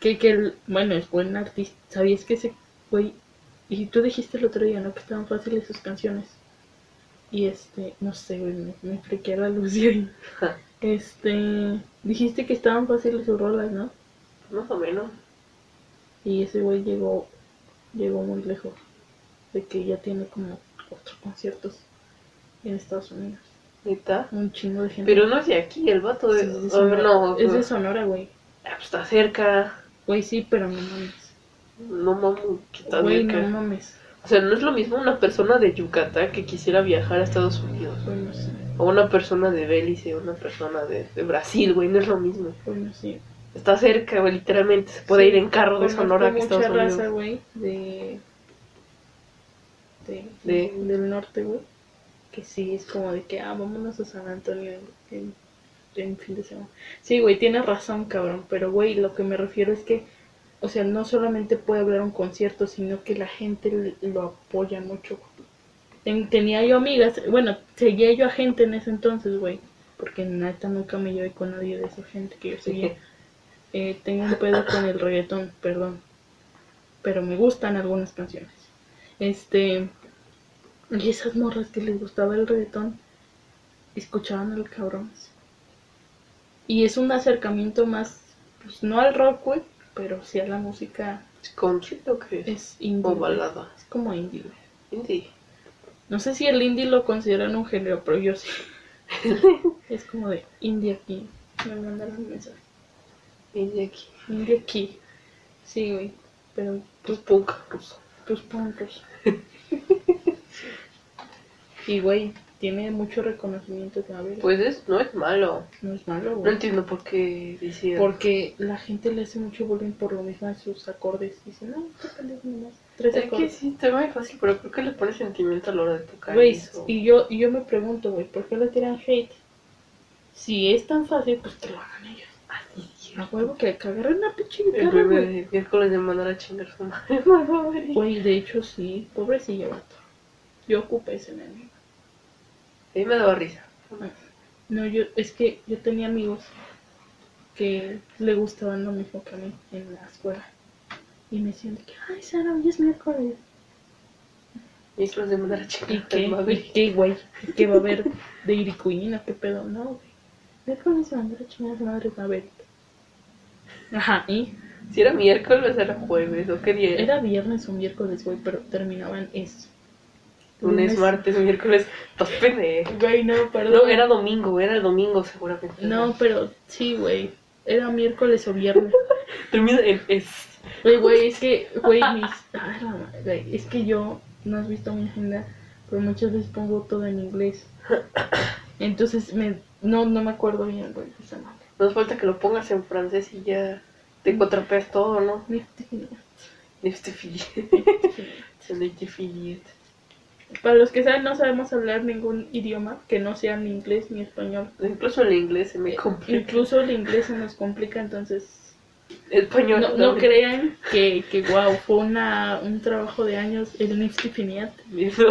[SPEAKER 1] que, que el- bueno, es buen artista. ¿Sabías que ese güey... Y tú dijiste el otro día, ¿no? Que estaban fáciles sus canciones. Y este, no sé, güey, me, me friqué la luz y ahí.
[SPEAKER 2] Ja.
[SPEAKER 1] Este, dijiste que estaban fáciles sus rolas, ¿no?
[SPEAKER 2] Más o menos.
[SPEAKER 1] Y ese güey llegó, llegó muy lejos. De que ya tiene como cuatro conciertos en Estados Unidos.
[SPEAKER 2] Neta.
[SPEAKER 1] Un chingo de gente.
[SPEAKER 2] Pero no es de aquí, el vato de...
[SPEAKER 1] Sí, es de
[SPEAKER 2] oh,
[SPEAKER 1] Sonora.
[SPEAKER 2] no,
[SPEAKER 1] Es de
[SPEAKER 2] no.
[SPEAKER 1] Sonora, güey.
[SPEAKER 2] Ah, pues está cerca.
[SPEAKER 1] Güey, sí, pero no mames.
[SPEAKER 2] No mames, que está
[SPEAKER 1] Güey,
[SPEAKER 2] cerca.
[SPEAKER 1] no mames.
[SPEAKER 2] O sea, no es lo mismo una persona de Yucatán que quisiera viajar a Estados Unidos.
[SPEAKER 1] Güey, no sé.
[SPEAKER 2] O una persona de Belice, o una persona de, de Brasil, güey, no es lo mismo.
[SPEAKER 1] Güey, no sé.
[SPEAKER 2] Está cerca, güey, literalmente. Se puede
[SPEAKER 1] Sí,
[SPEAKER 2] ir en carro de
[SPEAKER 1] Conozco
[SPEAKER 2] Sonora a
[SPEAKER 1] mucha
[SPEAKER 2] Estados Unidos.
[SPEAKER 1] raza, güey, de... De,
[SPEAKER 2] De-
[SPEAKER 1] Del norte, güey. Que sí, es como de que, ah, vámonos a San Antonio en, en en fin de semana. Sí, güey, tienes razón, cabrón, pero güey, lo que me refiero es que, o sea, no solamente puede haber un concierto, sino que la gente l- lo apoya mucho. güey. Ten- tenía yo amigas, bueno, seguía yo a gente en ese entonces, güey, porque neta nunca me llevé con nadie de esa gente que yo seguía. Eh, tengo un pedo con el reggaetón, perdón, pero me gustan algunas canciones. Este, y esas morras que les gustaba el reggaetón, escuchaban al cabrón. así. Y es un acercamiento más, pues no al rock, güey, pero sí a la música.
[SPEAKER 2] ¿Es country o qué es?
[SPEAKER 1] Es indie.
[SPEAKER 2] O
[SPEAKER 1] güey.
[SPEAKER 2] balada.
[SPEAKER 1] Es como indie, güey.
[SPEAKER 2] Indie.
[SPEAKER 1] No sé si el indie lo consideran un género, pero yo sí. es como de indie aquí. Me mandaron un mensaje.
[SPEAKER 2] Indie aquí.
[SPEAKER 1] Indie aquí. Sí, güey. Pero
[SPEAKER 2] Pues punk ruso.
[SPEAKER 1] tus puntos. y, güey, tiene mucho reconocimiento también.
[SPEAKER 2] Pues es, no es malo.
[SPEAKER 1] no es malo,
[SPEAKER 2] No
[SPEAKER 1] güey.
[SPEAKER 2] entiendo por qué decían.
[SPEAKER 1] Porque la gente le hace mucho bullying por lo mismo a sus acordes. Dice, no, qué pendejo nomás. Tres
[SPEAKER 2] Es que
[SPEAKER 1] acordes.
[SPEAKER 2] sí, está muy fácil, pero creo que le pone sentimiento a la hora de tocar.
[SPEAKER 1] Güey,
[SPEAKER 2] eso.
[SPEAKER 1] y yo, y yo me pregunto, güey, ¿por qué le tiran hate? Si es tan fácil, pues que lo hagan ellos. A huevo que que agarren una pinche
[SPEAKER 2] El
[SPEAKER 1] guitarra, güey.
[SPEAKER 2] primer miércoles de mandar a chingar a su madre. por favor.
[SPEAKER 1] Güey, de hecho, sí. Pobrecillo, vato. Yo ocupé ese meme.
[SPEAKER 2] A mí me daba risa.
[SPEAKER 1] No, yo, es que yo tenía amigos que le gustaban lo mismo que a mí en la escuela. Y me decían de que, ay, Sara, hoy es miércoles.
[SPEAKER 2] Miércoles de mandar a chingar
[SPEAKER 1] ¿Y
[SPEAKER 2] a
[SPEAKER 1] qué?
[SPEAKER 2] su
[SPEAKER 1] ¿Y
[SPEAKER 2] madre.
[SPEAKER 1] qué, güey? ¿Y ¿Qué va a haber de iricuina? ¿Qué pedo? No, güey. Miércoles se mandó la chingada a su madre a ver. Ajá, ¿y?
[SPEAKER 2] Si era miércoles, era jueves, o qué día era.
[SPEAKER 1] Era viernes o miércoles, güey, pero terminaban eso.
[SPEAKER 2] Lunes, martes, miércoles. Estás pendejo.
[SPEAKER 1] Güey, no, perdón.
[SPEAKER 2] No, era domingo, era el domingo seguramente.
[SPEAKER 1] No, pero sí, güey. Era miércoles o viernes.
[SPEAKER 2] Termina en es.
[SPEAKER 1] Güey, güey, es que, güey, mis... Ah, la madre, güey, es que yo, no has visto mi agenda, pero muchas veces pongo todo en inglés. Entonces, me... no, no me acuerdo bien, güey, esa madre.
[SPEAKER 2] Nos falta que lo pongas en francés y ya
[SPEAKER 1] Mm.
[SPEAKER 2] te cuatrapeas todo, ¿no? Este fillet. Este fillet.
[SPEAKER 1] Para los que saben, no sabemos hablar ningún idioma que no sea ni inglés ni español.
[SPEAKER 2] Incluso el inglés se
[SPEAKER 1] Eh,
[SPEAKER 2] me complica.
[SPEAKER 1] Incluso el inglés se nos complica, entonces
[SPEAKER 2] Español.
[SPEAKER 1] eh, no, no crean que, que wow, fue una, un trabajo de años el Niftifiniat.
[SPEAKER 2] Eso,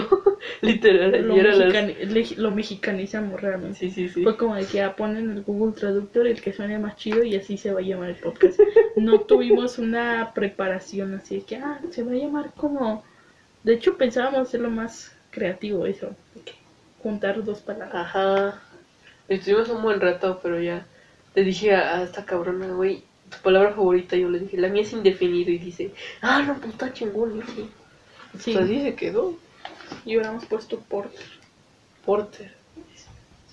[SPEAKER 2] literal,
[SPEAKER 1] Lo,
[SPEAKER 2] ayer a las...
[SPEAKER 1] mexicani- le- lo mexicanizamos realmente.
[SPEAKER 2] Sí, sí, sí.
[SPEAKER 1] Fue como de que ah, ponen el Google Traductor el que suene más chido y así se va a llamar el podcast. No tuvimos una preparación así de que ah, se va a llamar como. De hecho, pensábamos hacerlo más creativo, eso. de que Juntar dos palabras.
[SPEAKER 2] Ajá. Estuvimos un buen rato, pero ya. Le dije a, a esta cabrona, güey, tu palabra favorita, yo le dije, la mía es indefinido. Y dice, ah, no, pues está chingón. Y dije,
[SPEAKER 1] Sí,
[SPEAKER 2] pues así se quedó.
[SPEAKER 1] y hubiéramos puesto Porter.
[SPEAKER 2] Porter.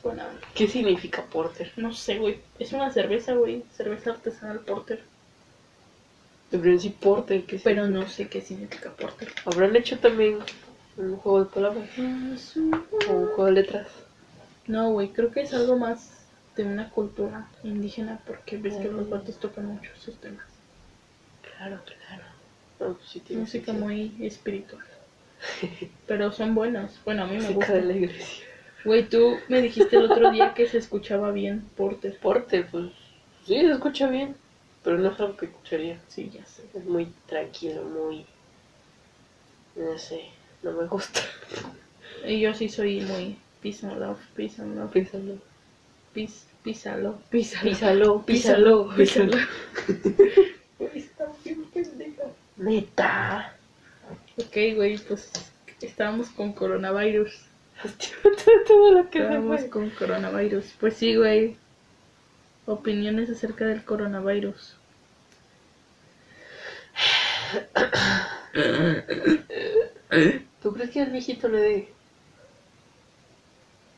[SPEAKER 1] Suena.
[SPEAKER 2] ¿Qué significa porter?
[SPEAKER 1] No sé, güey. Es una cerveza, güey. Cerveza artesanal Porter.
[SPEAKER 2] Pero en sí, porter, ¿qué significa?
[SPEAKER 1] Pero no sé qué significa Porter.
[SPEAKER 2] Habrán hecho también un juego de palabras o un juego de letras.
[SPEAKER 1] No, güey. Creo que es algo más de una cultura indígena porque ves que los vatos tocan mucho esos temas.
[SPEAKER 2] Claro, claro. No, pues sí tiene
[SPEAKER 1] música
[SPEAKER 2] sentido.
[SPEAKER 1] muy espiritual. Pero son buenas. Bueno, a mí me
[SPEAKER 2] Música de
[SPEAKER 1] gusta.
[SPEAKER 2] la iglesia.
[SPEAKER 1] Güey, tú me dijiste el otro día que se escuchaba bien Porter.
[SPEAKER 2] Porter, pues sí, se escucha bien, pero no es algo que escucharía.
[SPEAKER 1] Sí, ya sé.
[SPEAKER 2] Es muy tranquilo, muy. No sé, no me gusta.
[SPEAKER 1] Y yo sí soy muy peace and love, peace and love,
[SPEAKER 2] Písalo.
[SPEAKER 1] peace, peace and love, peace and love.
[SPEAKER 2] Písalo, písalo,
[SPEAKER 1] peace and
[SPEAKER 2] písalo.
[SPEAKER 1] love. Güey, está bien pendeja.
[SPEAKER 2] Neta.
[SPEAKER 1] Ok, güey, pues estábamos con coronavirus.
[SPEAKER 2] Hostia, todo- todo lo que se
[SPEAKER 1] Estábamos
[SPEAKER 2] fue.
[SPEAKER 1] con coronavirus. Pues sí, güey. Opiniones acerca del coronavirus.
[SPEAKER 2] ¿Tú crees que al viejito le dé?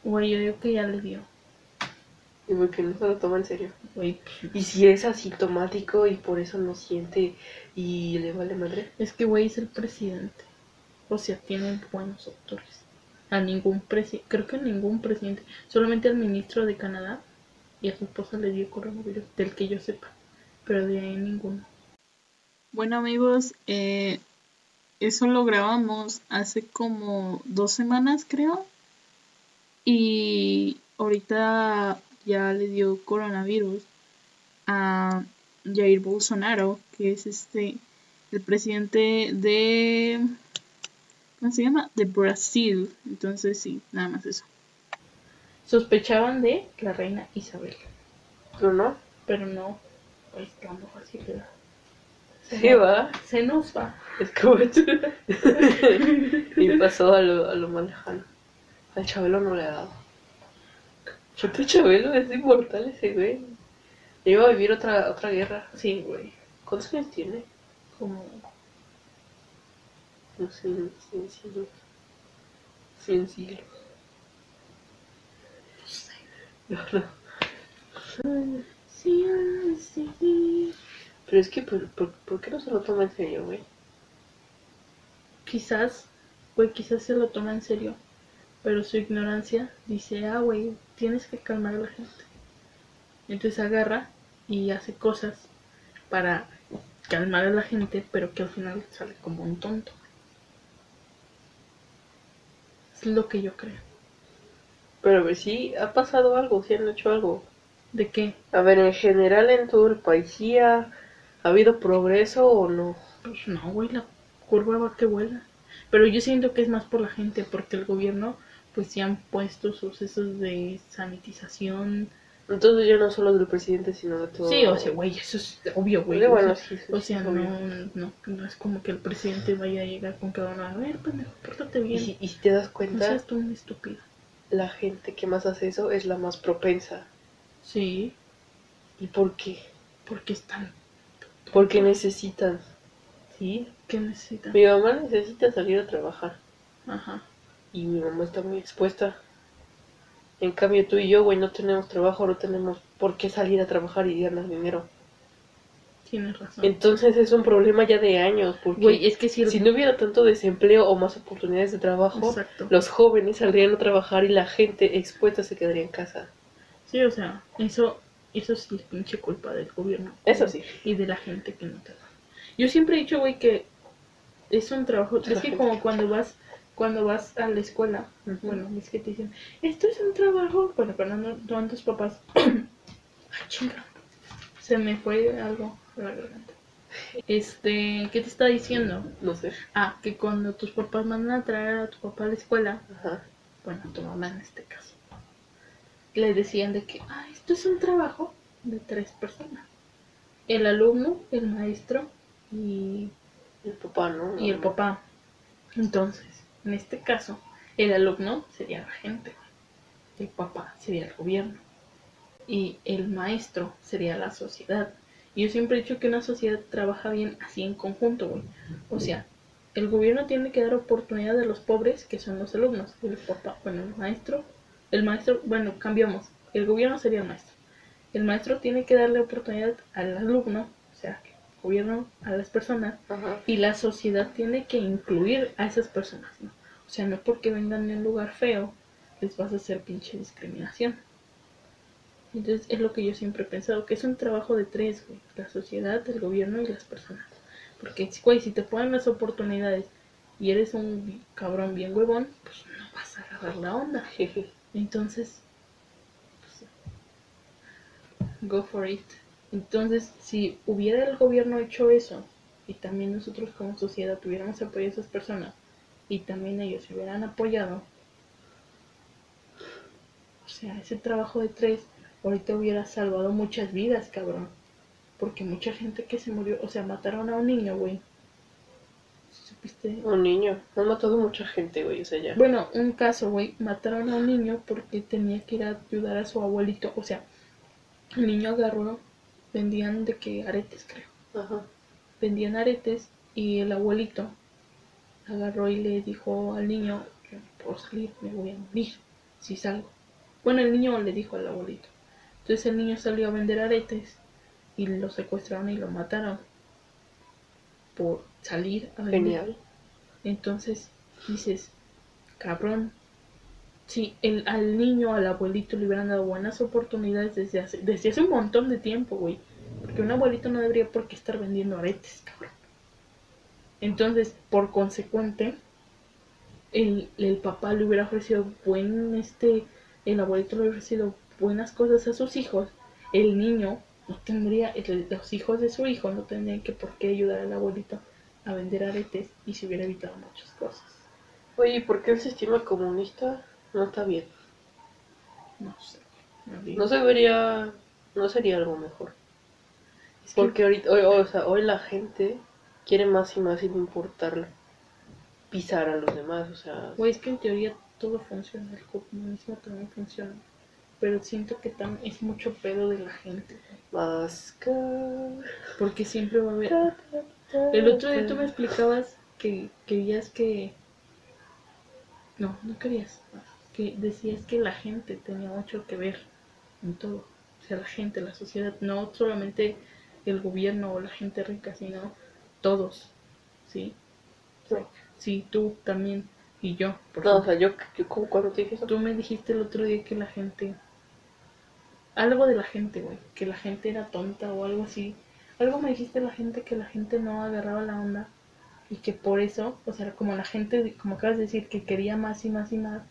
[SPEAKER 1] Güey, yo digo que ya le dio.
[SPEAKER 2] Y porque no se lo toma en serio.
[SPEAKER 1] Güey, pues,
[SPEAKER 2] Y si es asintomático y por eso no siente y le vale madre.
[SPEAKER 1] es que güey es el presidente. O sea, tiene buenos doctores. A ningún presidente, creo que a ningún presidente, solamente al ministro de Canadá y a su esposa le dio coronavirus, del que yo sepa, pero de ahí ninguno.
[SPEAKER 3] Bueno amigos, eh, eso lo grabamos hace como dos semanas creo. Y ahorita ya le dio coronavirus a Jair Bolsonaro, que es este el presidente de ¿cómo se llama? de Brasil. Entonces sí, nada más eso.
[SPEAKER 1] Sospechaban de la reina Isabel,
[SPEAKER 2] ¿Tú no?
[SPEAKER 1] pero no. Pues estamos así, ¿verdad? Se
[SPEAKER 2] Sí,
[SPEAKER 1] nos-
[SPEAKER 2] va.
[SPEAKER 1] Se nos va.
[SPEAKER 2] Es como. y pasó a lo, a lo más lejano. Al Chabelo no le ha dado. Puto Chabelo es inmortal ese güey. Ya iba a vivir otra, otra guerra.
[SPEAKER 1] Sí, güey.
[SPEAKER 2] ¿Cuántos años tiene?
[SPEAKER 1] Como
[SPEAKER 2] No sé, 100 siglos. 100 siglos. No, no.
[SPEAKER 1] Sí, sí.
[SPEAKER 2] Pero es que, ¿por, por, por qué no se lo toma en serio, güey?
[SPEAKER 1] Quizás, güey, quizás se lo toma en serio. Pero su ignorancia dice, ah, güey, tienes que calmar a la gente. Entonces agarra y hace cosas para calmar a la gente, pero que al final sale como un tonto. Es lo que yo creo.
[SPEAKER 2] Pero a ver, sí ha pasado algo, si han hecho algo.
[SPEAKER 1] ¿De qué?
[SPEAKER 2] A ver, en general en todo el país, ¿sí ha, ha habido progreso o no?
[SPEAKER 1] Pues no, güey, la curva va que vuela. Pero yo siento que es más por la gente, porque el gobierno, pues sí han puesto sucesos de sanitización.
[SPEAKER 2] Entonces ya no solo del presidente, sino de todo.
[SPEAKER 1] Sí, o sea, güey, eso es obvio, güey.
[SPEAKER 2] Bueno,
[SPEAKER 1] o sea,
[SPEAKER 2] bueno, sí, sí,
[SPEAKER 1] o sea,
[SPEAKER 2] sí,
[SPEAKER 1] no,
[SPEAKER 2] obvio.
[SPEAKER 1] no, no es como que el presidente vaya a llegar con cada uno a ver, pendejo, pórtate
[SPEAKER 2] Y,
[SPEAKER 1] bien.
[SPEAKER 2] si- y si te das
[SPEAKER 1] no
[SPEAKER 2] cuenta,
[SPEAKER 1] seas tú un estúpido.
[SPEAKER 2] la gente que más hace eso es la más propensa.
[SPEAKER 1] Sí,
[SPEAKER 2] ¿Y por qué?
[SPEAKER 1] porque están.
[SPEAKER 2] Porque necesitan.
[SPEAKER 1] Sí, ¿qué necesitan?
[SPEAKER 2] Mi mamá necesita salir a trabajar.
[SPEAKER 1] Ajá.
[SPEAKER 2] Y mi mamá está muy expuesta. En cambio, tú y yo, güey, no tenemos trabajo, no tenemos por qué salir a trabajar y ganar dinero.
[SPEAKER 1] Tienes razón.
[SPEAKER 2] Entonces es un problema ya de años. Porque
[SPEAKER 1] Ah. Güey, es que si el-
[SPEAKER 2] si no hubiera tanto desempleo o más oportunidades de trabajo,
[SPEAKER 1] Exacto.
[SPEAKER 2] los jóvenes saldrían a trabajar y la gente expuesta se quedaría en casa.
[SPEAKER 1] Sí, o sea, eso, eso sí es pinche culpa del gobierno.
[SPEAKER 2] Eso sí.
[SPEAKER 1] y de la gente que no te da. Yo siempre he dicho, güey, que es un trabajo,
[SPEAKER 2] De la
[SPEAKER 1] es que
[SPEAKER 2] gente
[SPEAKER 1] como
[SPEAKER 2] que
[SPEAKER 1] cuando vas cuando vas a la escuela,
[SPEAKER 2] Ujú.
[SPEAKER 1] bueno, es que te dicen, esto es un trabajo, bueno, pero no, no a tus papás. Ay, chinga. Se me fue algo a la garganta. Este, ¿qué te está diciendo?
[SPEAKER 2] No sé.
[SPEAKER 1] Ah, que cuando tus papás mandan a traer a tu papá a la escuela,
[SPEAKER 2] Ajá.
[SPEAKER 1] bueno, a tu mamá en este caso, le decían de que, ah, esto es un trabajo de tres personas. El alumno, el maestro y,
[SPEAKER 2] El papá, ¿no?
[SPEAKER 1] y el papá. Entonces, en este caso, el alumno sería la gente, el papá sería el gobierno y el maestro sería la sociedad. Y Yo siempre he dicho que una sociedad trabaja bien así en conjunto, güey. O sea, el gobierno tiene que dar oportunidad a los pobres, que son los alumnos, el papá, bueno, el maestro, el maestro, bueno, cambiamos, el gobierno sería el maestro. El maestro tiene que darle oportunidad al alumno, o sea, el gobierno a las personas
[SPEAKER 2] Ajá.
[SPEAKER 1] y la sociedad tiene que incluir a esas personas, ¿no? O sea, no porque vengan de un lugar feo les vas a hacer pinche discriminación. Entonces es lo que yo siempre he pensado, que es un trabajo de tres, güey. La sociedad, el gobierno y las personas. Porque, güey, si te ponen las oportunidades y eres un bi- cabrón bien huevón, pues no vas a agarrar la onda.
[SPEAKER 2] Jeje.
[SPEAKER 1] Entonces, pues, go for it. Entonces, si hubiera el gobierno hecho eso, y también nosotros como sociedad hubiéramos apoyado a esas personas, y también ellos se hubieran apoyado, o sea, ese trabajo de tres, ahorita hubiera salvado muchas vidas, cabrón. Porque mucha gente que se murió, o sea, mataron a un niño, güey. ¿Supiste?
[SPEAKER 2] Un niño. Han matado mucha gente, güey, o sea, ya.
[SPEAKER 1] Bueno, un caso, güey, mataron a un niño porque tenía que ir a ayudar a su abuelito. O sea, el niño agarró, vendían de que aretes, creo.
[SPEAKER 2] Ajá.
[SPEAKER 1] Vendían aretes y el abuelito agarró y le dijo al niño, yo no puedo salir, me voy a morir si salgo. Bueno, el niño le dijo al abuelito. Entonces el niño salió a vender aretes y lo secuestraron y lo mataron por salir a vender.
[SPEAKER 2] Genial.
[SPEAKER 1] Entonces dices, cabrón, si el, al niño, al abuelito le hubieran dado buenas oportunidades desde hace, desde hace un montón de tiempo, güey. Porque un abuelito no debería por qué estar vendiendo aretes, cabrón. Entonces, por consecuente, el, el papá le hubiera ofrecido buen, este, el abuelito le hubiera ofrecido buenas cosas a sus hijos, el niño no tendría, el- los hijos de su hijo no tendrían que por qué ayudar al abuelito a vender aretes y se hubiera evitado muchas cosas.
[SPEAKER 2] Oye, ¿y ¿por qué el sistema comunista no está bien?
[SPEAKER 1] No sé. no digo.
[SPEAKER 2] No se vería, no sería algo mejor.
[SPEAKER 1] Es que-
[SPEAKER 2] Porque ahorita, hoy, o sea, hoy la gente quiere más y más sin importar pisar a los demás, o sea,
[SPEAKER 1] Güey, es que en teoría todo funciona, el comunismo también funciona. Pero siento que tam- es mucho pedo de la gente. güey,
[SPEAKER 2] más ca-
[SPEAKER 1] Porque siempre va a haber.
[SPEAKER 2] ca- ca- ca-
[SPEAKER 1] El otro día tú me explicabas que querías que. No, no querías. Que decías que la gente tenía mucho que ver en todo. O sea, la gente, la sociedad, no solamente el gobierno o la gente rica, sino todos. ¿Sí?
[SPEAKER 2] Sí.
[SPEAKER 1] Sí, tú también y yo. por
[SPEAKER 2] No,
[SPEAKER 1] ejemplo.
[SPEAKER 2] o sea, yo, yo ¿cómo- cuando te dije eso,
[SPEAKER 1] Tú me dijiste el otro día que la gente. Algo de la gente, güey. Que la gente era tonta o algo así. Algo me dijiste la gente que la gente no agarraba la onda. Y que por eso, o sea, como la gente, como acabas de decir, que quería más y más y más.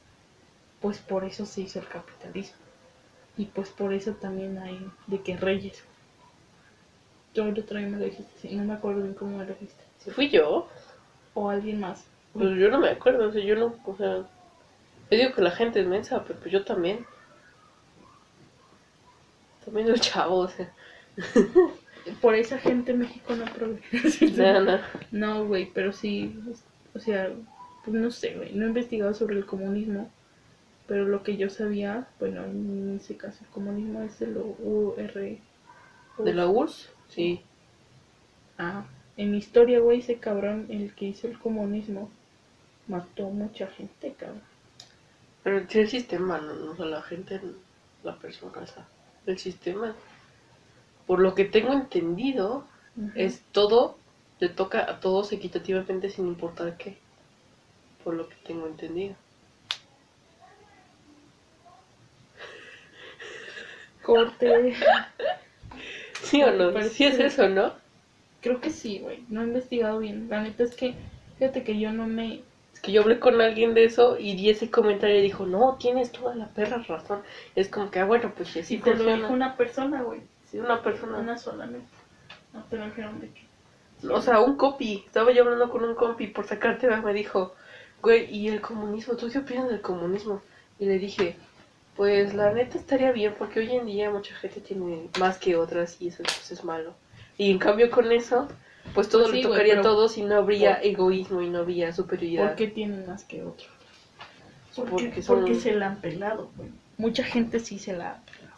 [SPEAKER 1] Pues por eso se hizo el capitalismo. Y pues por eso también hay de que reyes. Tú el otro día me lo dijiste, sí, no me acuerdo bien cómo me lo dijiste.
[SPEAKER 2] si fui yo,
[SPEAKER 1] O alguien más.
[SPEAKER 2] pues yo no me acuerdo, o sea, yo no, o sea, yo digo que la gente es mensa, pero pues yo también. También los chavos, o sea,
[SPEAKER 1] Por esa gente México no progresa.
[SPEAKER 2] nada, nada.
[SPEAKER 1] No, güey, pero sí, es- o sea, pues no sé, güey, no he investigado sobre el comunismo, pero lo que yo sabía, bueno, en ese caso el comunismo es el UR.
[SPEAKER 2] ¿De la URSS? Sí.
[SPEAKER 1] Ah, en historia, güey, ese cabrón, el que hizo el comunismo, mató mucha gente, cabrón.
[SPEAKER 2] Pero sí el sistema, no, no, o sea, la gente, la persona, o sea, el sistema. Por lo que tengo entendido,
[SPEAKER 1] Ujú.
[SPEAKER 2] es todo, le toca a todos equitativamente sin importar qué. Por lo que tengo entendido.
[SPEAKER 1] corte.
[SPEAKER 2] ¿Sí o no?
[SPEAKER 1] Parece
[SPEAKER 2] Sí es
[SPEAKER 1] que-
[SPEAKER 2] eso, ¿no?
[SPEAKER 1] Creo que sí, güey, no he investigado bien. La neta es que, fíjate que yo no me...
[SPEAKER 2] Es que yo hablé con alguien de eso y di ese comentario y dijo, no, tienes toda la perra razón. Es como que, ah, bueno, pues sí,
[SPEAKER 1] Si
[SPEAKER 2] sí
[SPEAKER 1] te lo dijo
[SPEAKER 2] funciona.
[SPEAKER 1] una persona, güey,
[SPEAKER 2] Sí, una persona.
[SPEAKER 1] una solamente. No te lo dijeron de qué.
[SPEAKER 2] O sea, un copy. Estaba yo hablando con un compi por sacarte me dijo, güey, ¿y el comunismo? ¿Tú qué opinas del comunismo? Y le dije, pues la neta estaría bien porque hoy en día mucha gente tiene más que otras y eso pues, es malo. Y en cambio con eso, pues todo
[SPEAKER 1] Pues sí,
[SPEAKER 2] le
[SPEAKER 1] güey,
[SPEAKER 2] tocaría
[SPEAKER 1] pero-
[SPEAKER 2] a todos y no habría
[SPEAKER 1] por-
[SPEAKER 2] egoísmo y no habría superioridad.
[SPEAKER 1] ¿Por qué tienen más que otros? Porque,
[SPEAKER 2] Porque son-
[SPEAKER 1] porque se la han pelado, pues. güey. Mucha gente sí se la ha pelado.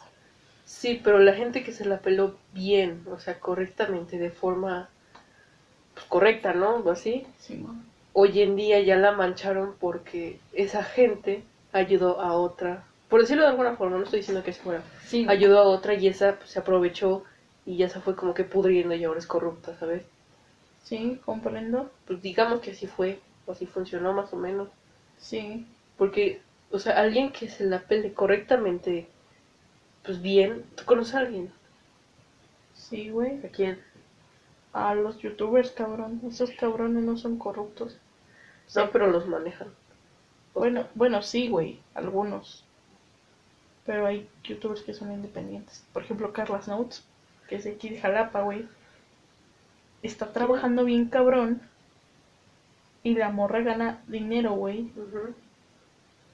[SPEAKER 2] Sí, pero la gente que se la peló bien, o sea, correctamente, de forma pues, correcta, ¿no? Algo así. hoy en día ya la mancharon porque esa gente ayudó a otra. Por decirlo de alguna forma, no estoy diciendo que se fuera.
[SPEAKER 1] Sí,
[SPEAKER 2] Ayudó a otra y esa pues, se aprovechó y ya se fue como que pudriendo y ahora es corrupta, ¿sabes?
[SPEAKER 1] sí, comprendo.
[SPEAKER 2] Pues digamos que así fue, o así funcionó más o menos.
[SPEAKER 1] Sí,
[SPEAKER 2] Porque, o sea, alguien que se la pele correctamente, pues bien, ¿tú conoces a alguien?
[SPEAKER 1] sí, güey.
[SPEAKER 2] ¿A quién?
[SPEAKER 1] A los youtubers, cabrón. Esos cabrones no son corruptos.
[SPEAKER 2] No, pero los manejan.
[SPEAKER 1] Bueno, bueno, sí, güey. Algunos. Pero hay youtubers que son independientes. Por ejemplo, Carlas Notes, que es de aquí de Jalapa, güey. Está trabajando bien cabrón. Y la morra gana dinero, güey.
[SPEAKER 2] Ujú.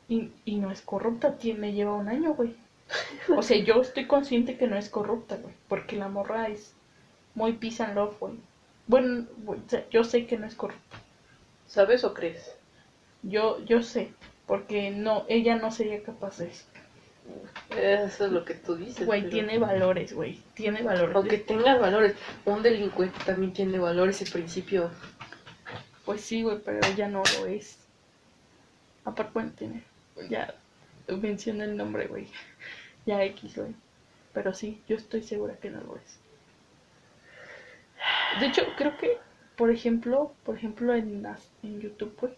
[SPEAKER 1] Y, y no es corrupta, tiene, lleva un año, güey. O sea, yo estoy consciente que no es corrupta, güey. Porque la morra es muy peace and love, güey. Bueno, güey, o sea, yo sé que no es corrupta.
[SPEAKER 2] ¿Sabes o crees?
[SPEAKER 1] Yo, yo sé. Porque no, ella no sería capaz de eso.
[SPEAKER 2] Eso es lo que tú dices.
[SPEAKER 1] Güey,
[SPEAKER 2] pero-
[SPEAKER 1] tiene valores, güey. Tiene valores. ¿eh?
[SPEAKER 2] Aunque tengas valores, un delincuente también tiene valores y principios.
[SPEAKER 1] Pues sí, güey, pero ella no lo es. Aparte, bueno, tiene. Ya menciona el nombre, güey. Ya X, güey. Pero sí, yo estoy segura que no lo es. De hecho, creo que, por ejemplo, por ejemplo, en, las- en YouTube, güey.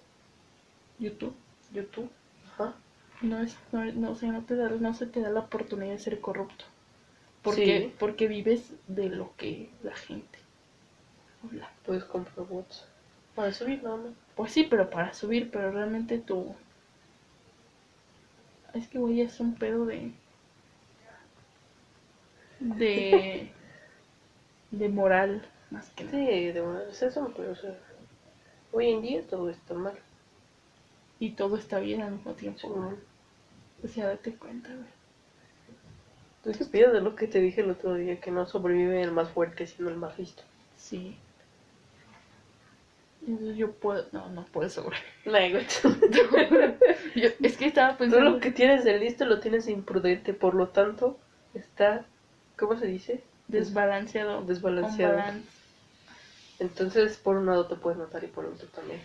[SPEAKER 1] YouTube, YouTube.
[SPEAKER 2] Ajá.
[SPEAKER 1] No es, no, no, o sea, no te da, no se te da la oportunidad de ser corrupto. Porque,
[SPEAKER 2] Sí.
[SPEAKER 1] porque vives de lo que la gente habla.
[SPEAKER 2] Puedes comprar bots. Para subir nada más.
[SPEAKER 1] Pues sí, pero para subir, pero realmente tú... Es que, güey, es un pedo de... de, de moral, más que nada.
[SPEAKER 2] Sí, Este, de moral, es eso, pero o sea, hoy en día todo está mal.
[SPEAKER 1] Y todo está bien al mismo tiempo. güey.
[SPEAKER 2] Simón.
[SPEAKER 1] O sea, date cuenta, güey.
[SPEAKER 2] ¿Tú qué opinas de lo que te dije el otro día? Que no sobrevive el más fuerte, sino el más listo.
[SPEAKER 1] Sí. Entonces yo puedo. No, no puedo sobrevivir.
[SPEAKER 2] Me
[SPEAKER 1] Yo- es que estaba
[SPEAKER 2] Tú
[SPEAKER 1] pensando.
[SPEAKER 2] lo que tienes de listo lo tienes de imprudente, por lo tanto, está, ¿cómo se dice?
[SPEAKER 1] Desbalanceado.
[SPEAKER 2] Desbalanceado.
[SPEAKER 1] con balance.
[SPEAKER 2] Entonces, por un lado te puedes matar y por otro también.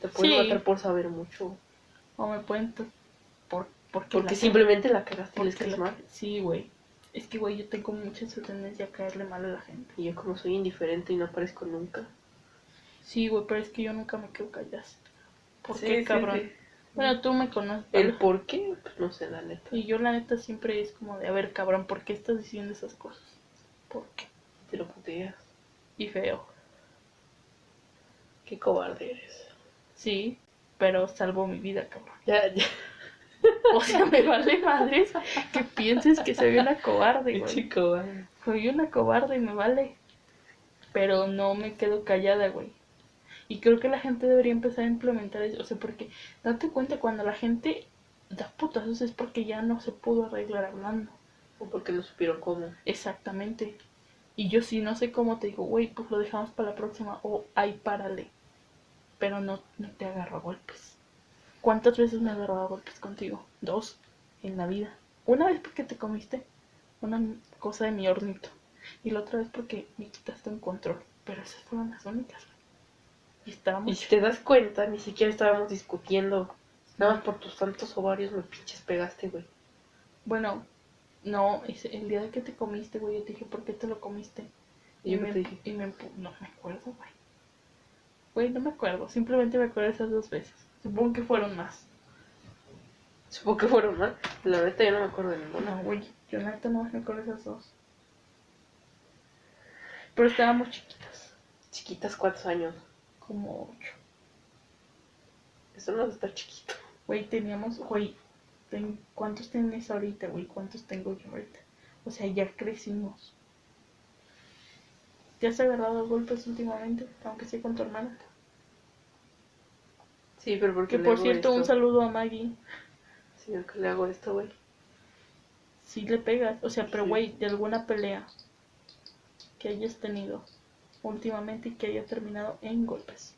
[SPEAKER 2] Te puedes
[SPEAKER 1] Sí.
[SPEAKER 2] matar por saber mucho.
[SPEAKER 1] O me pueden. to- Por, porque
[SPEAKER 2] Porque
[SPEAKER 1] la-
[SPEAKER 2] simplemente la cagaste y
[SPEAKER 1] porque
[SPEAKER 2] les caes
[SPEAKER 1] la-
[SPEAKER 2] mal.
[SPEAKER 1] Sí, güey. Es que, güey, yo tengo mucha esa tendencia a caerle mal a la gente.
[SPEAKER 2] Y yo como soy indiferente y no aparezco nunca.
[SPEAKER 1] Sí, güey, pero es que yo nunca me quedo callada. ¿Por
[SPEAKER 2] Sí,
[SPEAKER 1] qué,
[SPEAKER 2] sí,
[SPEAKER 1] cabrón?
[SPEAKER 2] sí.
[SPEAKER 1] Bueno, tú me conoces.
[SPEAKER 2] ¿El
[SPEAKER 1] ¿no?
[SPEAKER 2] por qué? Pues no sé, la neta.
[SPEAKER 1] Y yo, la neta, siempre es como de: A ver, cabrón, ¿por qué estás diciendo esas cosas? ¿Por qué?
[SPEAKER 2] Te lo puteas.
[SPEAKER 1] Y feo.
[SPEAKER 2] Qué cobarde eres.
[SPEAKER 1] Sí, pero salvo mi vida, cabrón.
[SPEAKER 2] Ya, ya.
[SPEAKER 1] O sea, me vale madres que pienses que soy una cobarde, güey.
[SPEAKER 2] Pinche cobarde.
[SPEAKER 1] Soy una cobarde y me vale. Pero no me quedo callada, güey. Y creo que la gente debería empezar a implementar eso. O sea, porque date cuenta, cuando la gente da putazos es porque ya no se pudo arreglar hablando.
[SPEAKER 2] O porque no supieron cómo.
[SPEAKER 1] Exactamente. Y yo si no sé cómo te digo, güey, pues lo dejamos para la próxima o ay, párale. Pero no, no te agarro a golpes. ¿Cuántas veces me agarró a golpes contigo? Dos en la vida. Una vez porque te comiste una m- cosa de mi hornito y la otra vez porque me quitaste un control. Pero esas fueron las únicas. güey. Y
[SPEAKER 2] Y
[SPEAKER 1] estábamos
[SPEAKER 2] si te das cuenta, ni siquiera estábamos discutiendo. Nada más por tus santos ovarios me pinches pegaste, güey.
[SPEAKER 1] Bueno, no, ese- el día que te comiste, güey, yo te dije, ¿por qué te lo comiste?
[SPEAKER 2] ¿Y yo qué
[SPEAKER 1] me,
[SPEAKER 2] te dije?
[SPEAKER 1] y me empu- No me acuerdo, güey. Güey, no me acuerdo. Simplemente me acuerdo de esas dos veces. Supongo que fueron más.
[SPEAKER 2] Supongo que fueron mal. La neta yo no me acuerdo de ninguna.
[SPEAKER 1] No, güey, yo la neta no me acuerdo de esas dos. Pero estábamos chiquitas,
[SPEAKER 2] Chiquitas, ¿cuántos años?
[SPEAKER 1] como ocho.
[SPEAKER 2] Eso no está chiquito.
[SPEAKER 1] Güey, teníamos, güey, ten- ¿cuántos tenés ahorita, güey? ¿Cuántos tengo yo ahorita? O sea, ya crecimos. ¿Te has agarrado a golpes últimamente? Aunque sea con tu hermana.
[SPEAKER 2] Sí, pero porque
[SPEAKER 1] Que por cierto, un saludo a Maggie.
[SPEAKER 2] Sí, porque le hago esto, güey.
[SPEAKER 1] Si le pegas, o sea, pero
[SPEAKER 2] Sí.
[SPEAKER 1] güey, de alguna pelea que hayas tenido últimamente y que haya terminado en golpes.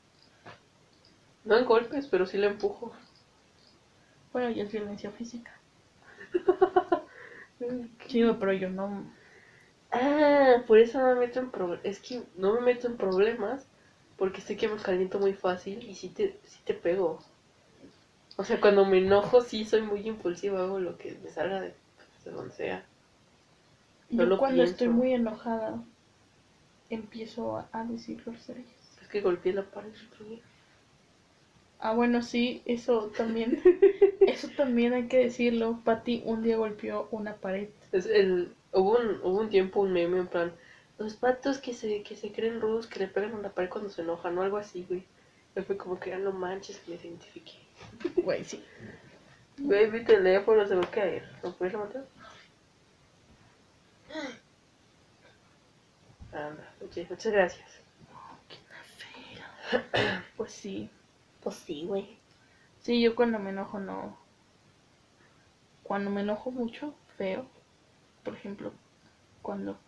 [SPEAKER 2] No en golpes, pero sí le empujo.
[SPEAKER 1] Bueno, ya es violencia física.
[SPEAKER 2] Mm.
[SPEAKER 1] Sí, güey, pero yo no.
[SPEAKER 2] Ah, por eso no me meto en problemas. Es que no me meto en problemas porque sé que me caliento muy fácil y sí te, sí te pego. O sea, cuando me enojo sí soy muy impulsiva, hago lo que me salga de, de donde sea. No
[SPEAKER 1] yo
[SPEAKER 2] lo
[SPEAKER 1] cuando estoy
[SPEAKER 2] pienso.
[SPEAKER 1] muy enojada empiezo a, a decir groserías.
[SPEAKER 2] Es que golpeé la pared el otro día.
[SPEAKER 1] Ah, bueno, sí, eso también. eso también hay que decirlo. Patty un día golpeó una pared.
[SPEAKER 2] Es el, hubo, un, hubo un tiempo un meme en plan, los patos que se, que se creen rudos que le pegan a la pared cuando se enojan o algo así, güey. Y fue como que, ah, no manches, me identifiqué.
[SPEAKER 1] Güey, sí.
[SPEAKER 2] Güey, mi teléfono se va a caer. ¿Lo puedes levantar? Anda, oye, muchas gracias.
[SPEAKER 1] Pues sí.
[SPEAKER 2] Pues sí, güey.
[SPEAKER 1] Sí, yo cuando me enojo no. Cuando me enojo mucho, feo. Por ejemplo, cuando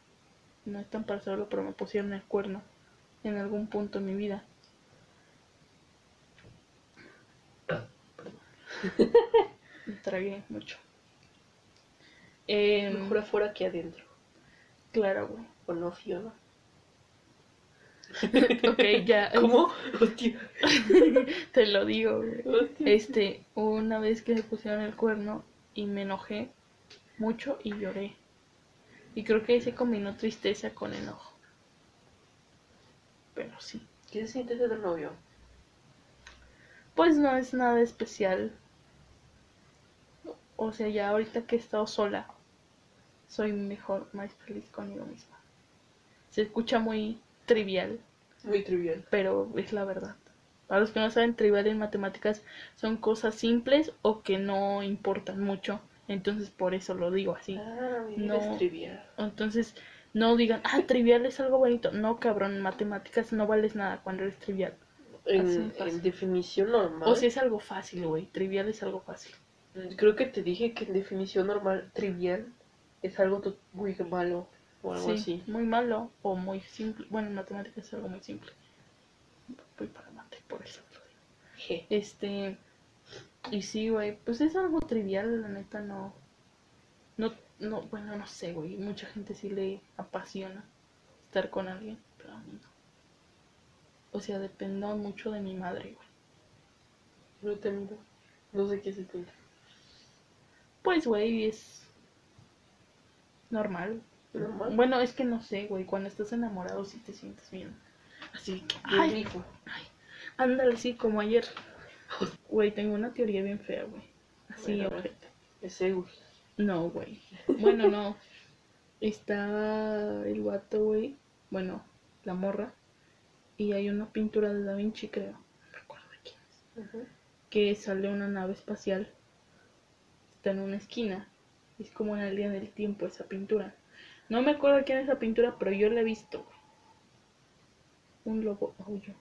[SPEAKER 1] no están para hacerlo, pero me pusieron el cuerno en algún punto de mi vida. me tragué mucho. Em,
[SPEAKER 2] Mejor afuera que adentro.
[SPEAKER 1] claro, güey.
[SPEAKER 2] ¿O no, Fiona?
[SPEAKER 1] Ok, ya.
[SPEAKER 2] ¿Cómo? Hostia.
[SPEAKER 1] Te lo digo, güey.
[SPEAKER 2] Hostia.
[SPEAKER 1] Este, una vez que me pusieron el cuerno y me enojé mucho y lloré. Y creo que ahí se combinó tristeza con enojo. Pero sí.
[SPEAKER 2] ¿Qué se siente ser novio?
[SPEAKER 1] Pues no es nada especial. O sea, ya ahorita que he estado sola, soy mejor, más feliz conmigo misma. Se escucha muy trivial,
[SPEAKER 2] Muy trivial.
[SPEAKER 1] pero es la verdad. Para los que no saben, trivial en matemáticas son cosas simples o que no importan mucho Entonces por eso lo digo así.
[SPEAKER 2] Ah,
[SPEAKER 1] No.
[SPEAKER 2] mira, es trivial.
[SPEAKER 1] Entonces no digan, ah, trivial es algo bonito. No, cabrón, en matemáticas no vales nada cuando eres trivial. Así
[SPEAKER 2] En,
[SPEAKER 1] pasa.
[SPEAKER 2] en definición normal.
[SPEAKER 1] O si es algo fácil, güey. Trivial es algo fácil.
[SPEAKER 2] Creo que te dije que en definición normal, trivial es algo to- muy malo o algo
[SPEAKER 1] Sí,
[SPEAKER 2] así.
[SPEAKER 1] muy malo o muy simple. Bueno, en matemáticas es algo muy simple. Voy para mate, por eso. lo digo.
[SPEAKER 2] Je.
[SPEAKER 1] Este. Y sí, güey. Pues es algo trivial, la neta, no. No, no, bueno, no sé, güey. Mucha gente sí le apasiona estar con alguien, pero a mí no. O sea, dependo mucho de mi madre, güey.
[SPEAKER 2] No te miro. No sé qué se cuenta.
[SPEAKER 1] Pues, güey, es normal.
[SPEAKER 2] Normal.
[SPEAKER 1] Bueno, es que no sé, güey. Cuando estás enamorado sí te sientes bien. Así que,
[SPEAKER 2] Yo
[SPEAKER 1] ay,
[SPEAKER 2] digo,
[SPEAKER 1] ándale, sí, como ayer. Güey, tengo una teoría bien fea, güey. Así,
[SPEAKER 2] Bueno,
[SPEAKER 1] ojete.
[SPEAKER 2] Es seguro.
[SPEAKER 1] No, güey. Bueno, no. Estaba el guato, güey. Bueno, la morra. Y hay una pintura de Da Vinci, creo. No me acuerdo de quién es. Que sale una nave espacial. Está en una esquina. Es como en el día del tiempo esa pintura. No me acuerdo de quién es esa pintura, pero yo la he visto, güey. Un lobo Oh, aulló.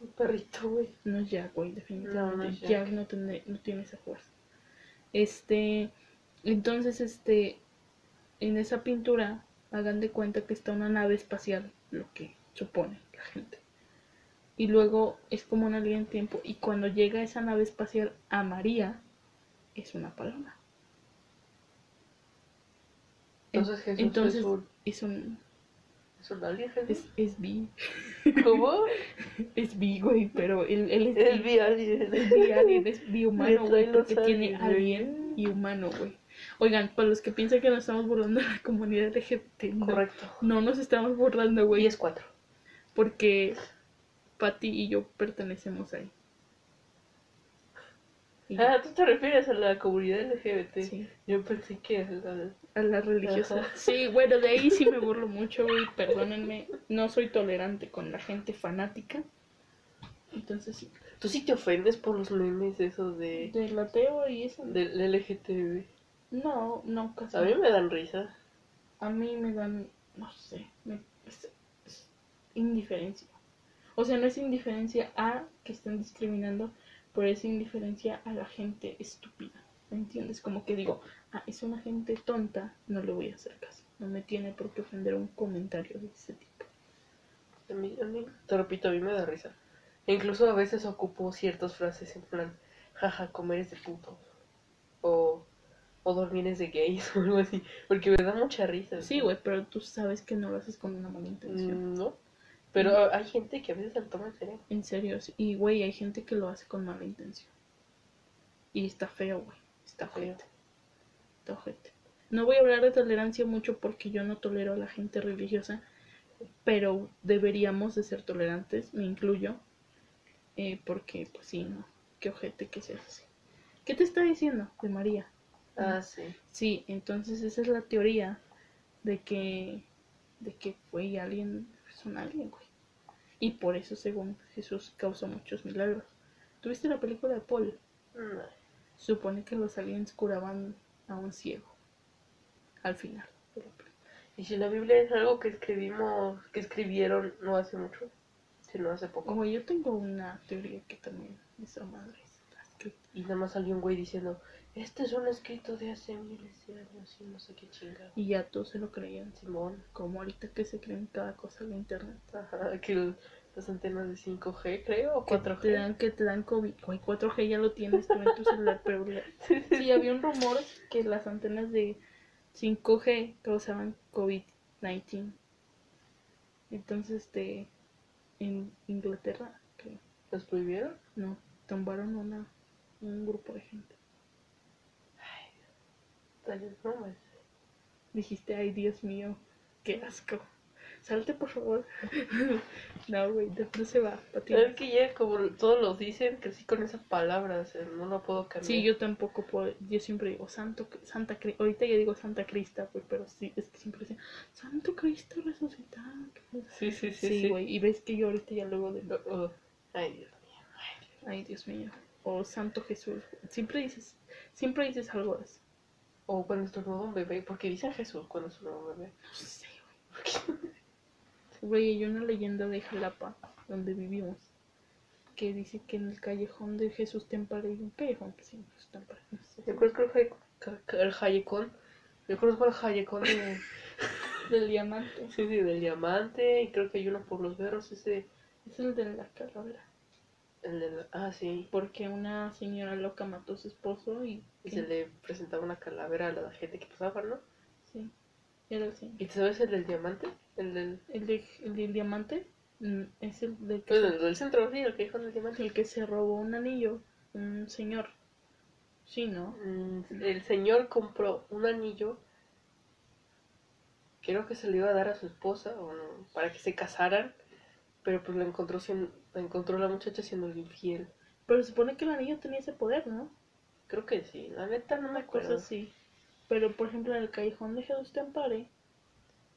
[SPEAKER 2] Un perrito, güey.
[SPEAKER 1] No es Jack, güey, definitivamente.
[SPEAKER 2] No, no es
[SPEAKER 1] Jack,
[SPEAKER 2] Jack.
[SPEAKER 1] no, tiene- no tiene esa fuerza. Este, entonces, este, en esa pintura, hagan de cuenta que está una nave espacial, lo que supone la gente. Y luego es como una línea en tiempo. Y cuando llega esa nave espacial a María, es una paloma.
[SPEAKER 2] Entonces Jesús
[SPEAKER 1] Entonces,
[SPEAKER 2] es un,
[SPEAKER 1] es un.
[SPEAKER 2] es un alien,
[SPEAKER 1] Es,
[SPEAKER 2] Jesús.
[SPEAKER 1] es bi.
[SPEAKER 2] ¿Cómo?
[SPEAKER 1] Es bi, güey, pero él, él es,
[SPEAKER 2] es
[SPEAKER 1] bi.
[SPEAKER 2] mi alien.
[SPEAKER 1] Es bi alien, es bi
[SPEAKER 2] Me
[SPEAKER 1] humano,
[SPEAKER 2] traen
[SPEAKER 1] güey,
[SPEAKER 2] los
[SPEAKER 1] porque tiene
[SPEAKER 2] aliens, güey.
[SPEAKER 1] alien y humano, güey. Oigan, para los que piensan que nos estamos burlando de la comunidad LGBT, no,
[SPEAKER 2] Correcto.
[SPEAKER 1] no nos estamos burlando,
[SPEAKER 2] Y
[SPEAKER 1] güey,
[SPEAKER 2] es cuatro.
[SPEAKER 1] porque Patty y yo pertenecemos ahí. Y
[SPEAKER 2] Ah, tú te refieres a la comunidad LGBT.
[SPEAKER 1] Sí.
[SPEAKER 2] Yo pensé que a la-
[SPEAKER 1] a la religiosa.
[SPEAKER 2] Ajá.
[SPEAKER 1] Sí, bueno, de ahí sí me burlo mucho, güey, perdónenme. No soy tolerante con la gente fanática. Entonces sí.
[SPEAKER 2] Tú sí te ofendes por los memes esos de
[SPEAKER 1] Del ateo y eso.
[SPEAKER 2] del LGTB.
[SPEAKER 1] No, no, casi.
[SPEAKER 2] A mí me dan risa.
[SPEAKER 1] A mí me dan, no sé, me- es- es indiferencia. O sea, no es indiferencia a que estén discriminando, pero es indiferencia a la gente estúpida. ¿Me entiendes? Como que digo, ah, es una gente tonta, no le voy a hacer caso. No me tiene por qué ofender un comentario de ese tipo.
[SPEAKER 2] A mí, a mí, te repito, a mí me da risa. E incluso a veces ocupo ciertas frases en plan, jaja, comer es de puto. O, o dormir es de gays o algo así. Porque me da mucha risa.
[SPEAKER 1] Sí, güey, pero tú sabes que no lo haces con una mala intención.
[SPEAKER 2] Mm, No. Pero a- hay gente que a veces se lo toma en serio.
[SPEAKER 1] En serio, sí. y güey, hay gente que lo hace con mala intención. Y está feo, güey. Está
[SPEAKER 2] Feo.
[SPEAKER 1] ojete. Está ojete. No voy a hablar de tolerancia mucho porque yo no tolero a la gente religiosa, pero deberíamos de ser tolerantes, me incluyo, eh, porque pues sí, no, qué ojete que seas así. ¿Qué te está diciendo de María?
[SPEAKER 2] Ah, sí.
[SPEAKER 1] Sí, entonces esa es la teoría de que, de que fue alguien, es un alien, güey. Y por eso, según Jesús, causó muchos milagros. ¿Tuviste la película de Paul?
[SPEAKER 2] No.
[SPEAKER 1] Supone que los aliens curaban a un ciego. Al final. de la película.
[SPEAKER 2] Y si la Biblia es algo que escribimos, que escribieron no hace mucho, sino hace poco.
[SPEAKER 1] Como yo tengo una teoría que también esa madre está escrita.
[SPEAKER 2] Y nada más salió un güey diciendo, este es un escrito de hace miles de años y no sé qué chingada.
[SPEAKER 1] Y ya todos se lo creían.
[SPEAKER 2] Simón.
[SPEAKER 1] Como ahorita que se creen cada cosa en la internet.
[SPEAKER 2] Ajá, que el- las antenas de 5G, creo, o
[SPEAKER 1] Que te
[SPEAKER 2] 4G.
[SPEAKER 1] dan, que te dan COVID. Güey, 4G ya lo tienes tú en tu celular, pero ya- sí, había un rumor que las antenas de 5G causaban COVID-19. Entonces, este, en Inglaterra, creo,
[SPEAKER 2] ¿Los prohibieron?
[SPEAKER 1] no, tumbaron una, un grupo de gente.
[SPEAKER 2] Tal vez no, man.
[SPEAKER 1] Dijiste, ay, Dios mío, qué asco. Salte, por favor. no, güey, de- no se va, Pati.
[SPEAKER 2] Es que ya, como todos los dicen, crecí con esa palabra, o sea, no lo puedo cambiar.
[SPEAKER 1] Sí, yo tampoco puedo. Yo siempre digo Santo, Santa Crista. Ahorita ya digo Santa Crista, güey, pero sí, es que siempre decía Santo Cristo resucitado.
[SPEAKER 2] Sí, sí, sí,
[SPEAKER 1] Sí,
[SPEAKER 2] sí.
[SPEAKER 1] güey. Y ves que yo ahorita ya luego de.
[SPEAKER 2] Oh, oh. Ay, Dios mío. Ay, Dios.
[SPEAKER 1] Ay, Dios mío. O Santo Jesús. Siempre dices Siempre dices algo de eso.
[SPEAKER 2] O cuando estornuda un bebé, porque dicen Jesús cuando estornuda un bebé.
[SPEAKER 1] No sé, güey. Güey, hay una leyenda de Jalapa, donde vivimos, que dice que en el callejón de Jesús Temple hay un callejón que se llama Jesús Temple. No sé.
[SPEAKER 2] Yo creo que el, jai- ca- ca- el Hayekon. Yo conozco el Hayekon de,
[SPEAKER 1] Del diamante.
[SPEAKER 2] sí, sí, del diamante. Y creo que hay uno por los berros, ese.
[SPEAKER 1] Es el de la calavera.
[SPEAKER 2] El de la- ah, sí.
[SPEAKER 1] Porque una señora loca mató a su esposo y.
[SPEAKER 2] Y se le presentaba una calavera a la gente que pasaba, ¿no?
[SPEAKER 1] Sí. Era el señor.
[SPEAKER 2] ¿Y te sabes el del diamante? El del.
[SPEAKER 1] El, de- el del diamante mm, es el del que,
[SPEAKER 2] Pues el del centro, sí, el que dijo del diamante.
[SPEAKER 1] el que se robó un anillo. Un señor. Sí, ¿no?
[SPEAKER 2] Mm, El señor compró un anillo. Creo que se lo iba a dar a su esposa o no, para que se casaran. Pero pues lo encontró, sien- lo encontró la muchacha siendo infiel.
[SPEAKER 1] Pero se supone que el anillo tenía ese poder, ¿no?
[SPEAKER 2] Creo que sí, la neta no me
[SPEAKER 1] Una
[SPEAKER 2] acuerdo.
[SPEAKER 1] cosa así. Pero por ejemplo, en el callejón de Jesús te ampare,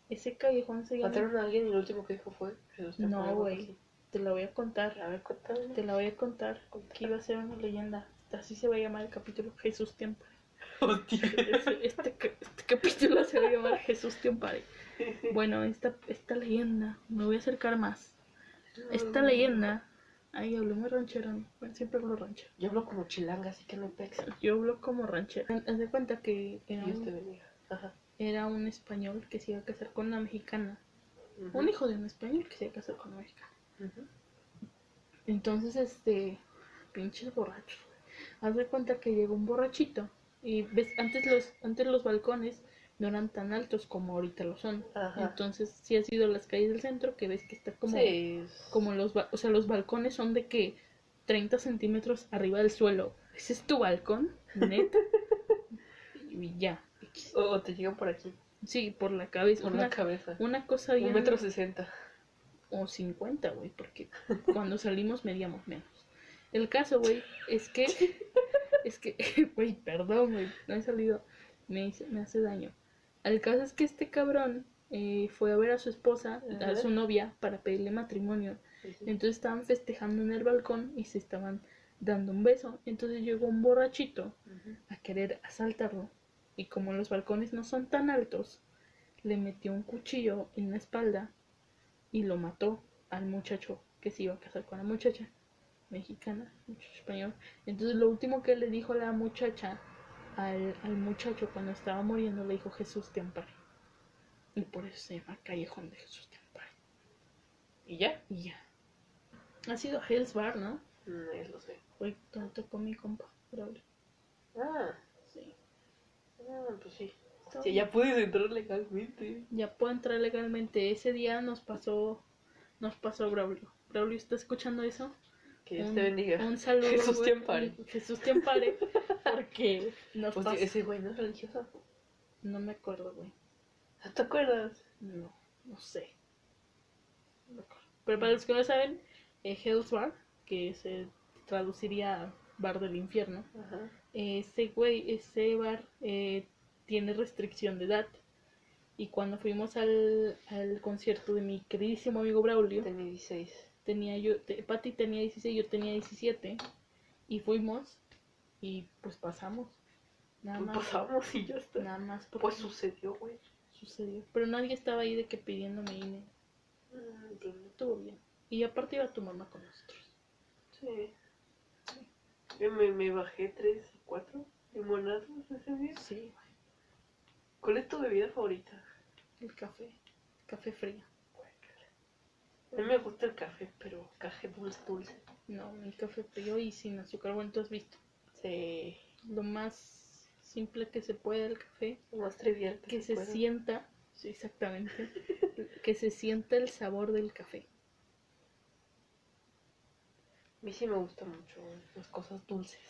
[SPEAKER 1] ese callejón se llama.
[SPEAKER 2] Mataron a alguien y lo último que dijo fue Jesús. te
[SPEAKER 1] No,
[SPEAKER 2] ruego,
[SPEAKER 1] güey.
[SPEAKER 2] sí.
[SPEAKER 1] Te la voy a contar.
[SPEAKER 2] A ver, cuéntame.
[SPEAKER 1] Te la voy a contar. Que iba a ser una leyenda. Así se va a llamar el capítulo Jesús te ampare.
[SPEAKER 2] Oh,
[SPEAKER 1] Este, este ca- este capítulo se va a llamar Jesús te ampare. Bueno, esta, esta leyenda, me voy a acercar más. Esta leyenda, ay, hablé muy ranchero, ¿no? Bueno, siempre hablo ranchero.
[SPEAKER 2] Yo hablo como chilanga, así que no pex.
[SPEAKER 1] Yo hablo como ranchero. Haz de cuenta que era
[SPEAKER 2] Dios te
[SPEAKER 1] un,
[SPEAKER 2] bendiga. Ajá.
[SPEAKER 1] era un español que se iba a casar con una mexicana.
[SPEAKER 2] Ujú.
[SPEAKER 1] Un hijo de un español que se iba a casar con una mexicana.
[SPEAKER 2] Ujú.
[SPEAKER 1] Entonces, este, pinches borrachos. Haz de cuenta que llegó un borrachito. Y ves, antes los, antes los balcones no eran tan altos como ahorita lo son.
[SPEAKER 2] Ajá.
[SPEAKER 1] Entonces, si has ido a las calles del centro, que ves que está como,
[SPEAKER 2] Sí, es-
[SPEAKER 1] como los, ba- o sea, los balcones son de que 30 centímetros arriba del suelo. ¿Ese es tu balcón? Neta. y ya.
[SPEAKER 2] O, o te llegan por aquí,
[SPEAKER 1] Sí, por la cabeza.
[SPEAKER 2] por
[SPEAKER 1] una,
[SPEAKER 2] la cabeza.
[SPEAKER 1] una cosa
[SPEAKER 2] Un
[SPEAKER 1] bien.
[SPEAKER 2] metro sesenta.
[SPEAKER 1] o 50, güey, porque cuando salimos medíamos menos. El caso, güey, es que, es que, güey, perdón, güey, no he salido, me, hice- me hace daño. El caso es que este cabrón eh, fue a ver a su esposa, a
[SPEAKER 2] Ajá.
[SPEAKER 1] su novia, para pedirle matrimonio. Entonces estaban festejando en el balcón y se estaban dando un beso. Entonces llegó un borrachito
[SPEAKER 2] Ujú.
[SPEAKER 1] a querer asaltarlo. Y como los balcones no son tan altos, le metió un cuchillo en la espalda y lo mató al muchacho que se iba a casar con la muchacha mexicana, muchacho español. Entonces lo último que le dijo la muchacha al, al muchacho cuando estaba muriendo le dijo Jesús te ampare. Y por eso se llama Callejón de Jesús te ampare.
[SPEAKER 2] ¿Y ya?
[SPEAKER 1] Y ya. Ha sido Hell's Bar, ¿no?
[SPEAKER 2] No, ya lo sé.
[SPEAKER 1] Fue tanto con mi compa, Braulio.
[SPEAKER 2] Ah,
[SPEAKER 1] Sí.
[SPEAKER 2] ah, pues sí.
[SPEAKER 1] Está
[SPEAKER 2] Sí, ya puedes entrar legalmente.
[SPEAKER 1] ya puedo entrar legalmente. Ese día nos pasó, nos pasó Braulio. Braulio, ¿está escuchando eso?
[SPEAKER 2] Que Dios
[SPEAKER 1] un,
[SPEAKER 2] te bendiga.
[SPEAKER 1] Un saludo.
[SPEAKER 2] Jesús
[SPEAKER 1] güey.
[SPEAKER 2] te ampare.
[SPEAKER 1] Jesús te ampare. Porque nos
[SPEAKER 2] Pues,
[SPEAKER 1] pasó.
[SPEAKER 2] ese güey no es religioso.
[SPEAKER 1] No me acuerdo, güey.
[SPEAKER 2] ¿No te acuerdas?
[SPEAKER 1] No, no sé. No me acuerdo. Pero para los que no saben, eh, Hell's Bar, que se traduciría a Bar del Infierno,
[SPEAKER 2] Ajá.
[SPEAKER 1] eh, ese güey, ese bar eh, tiene restricción de edad. Y cuando fuimos al, al concierto de mi queridísimo amigo Braulio,
[SPEAKER 2] Tenía 16.
[SPEAKER 1] tenía yo, te- Patty tenía 16, yo tenía 17. Y fuimos y pues pasamos. Nada
[SPEAKER 2] Pues
[SPEAKER 1] más.
[SPEAKER 2] pasamos y ya está.
[SPEAKER 1] Nada más porque
[SPEAKER 2] Pues sucedió, güey.
[SPEAKER 1] sucedió. Pero nadie estaba ahí de que pidiéndome INE.
[SPEAKER 2] Mm, pues,
[SPEAKER 1] Estuvo bien. Y aparte iba tu mamá con nosotros.
[SPEAKER 2] Sí. Yo me, me bajé 3, 4 limonadas ese día.
[SPEAKER 1] Sí, güey.
[SPEAKER 2] ¿Cuál es tu bebida favorita?
[SPEAKER 1] el café. Café frío.
[SPEAKER 2] A mí me gusta el café, pero café dulce, dulce.
[SPEAKER 1] No, el café frío y sin azúcar. Bueno, tú has visto.
[SPEAKER 2] Sí.
[SPEAKER 1] lo más simple que se pueda el café,
[SPEAKER 2] Lo más trivial
[SPEAKER 1] que se
[SPEAKER 2] pueda.
[SPEAKER 1] sienta, sí, exactamente, que se sienta el sabor del café.
[SPEAKER 2] A mí sí me gustan mucho las cosas dulces.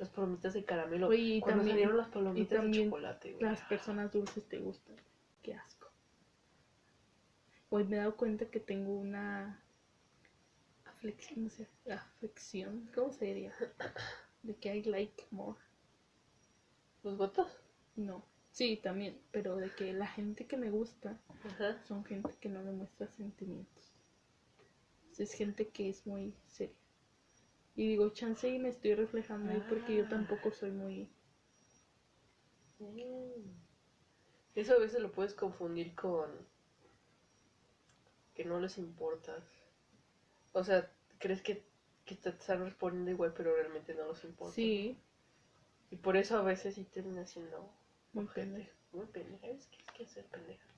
[SPEAKER 2] Las palomitas de caramelo.
[SPEAKER 1] Oye, y
[SPEAKER 2] Cuando
[SPEAKER 1] también-
[SPEAKER 2] salieron las
[SPEAKER 1] Y
[SPEAKER 2] palomitas de
[SPEAKER 1] también
[SPEAKER 2] chocolate, güey.
[SPEAKER 1] las personas dulces te gustan. Qué asco. Hoy me he dado cuenta que tengo una aflicción, no sé, afección, ¿cómo se diría? De que I like more.
[SPEAKER 2] ¿Los gotas?
[SPEAKER 1] No. Sí, también, pero de que la gente que me gusta
[SPEAKER 2] Ajá.
[SPEAKER 1] son gente que no demuestra sentimientos. Es gente que es muy seria. Y digo, chance y me estoy reflejando ahí porque yo tampoco soy muy...
[SPEAKER 2] Mm. Eso a veces lo puedes confundir con que no les importas. O sea, crees que, que te están respondiendo igual, pero realmente no los
[SPEAKER 1] Ah,
[SPEAKER 2] importa.
[SPEAKER 1] Sí,
[SPEAKER 2] Y por eso a veces sí termina siendo
[SPEAKER 1] Muy
[SPEAKER 2] muy pendeja.
[SPEAKER 1] pendeja.
[SPEAKER 2] Muy pendeja. Es que es que ser pendeja.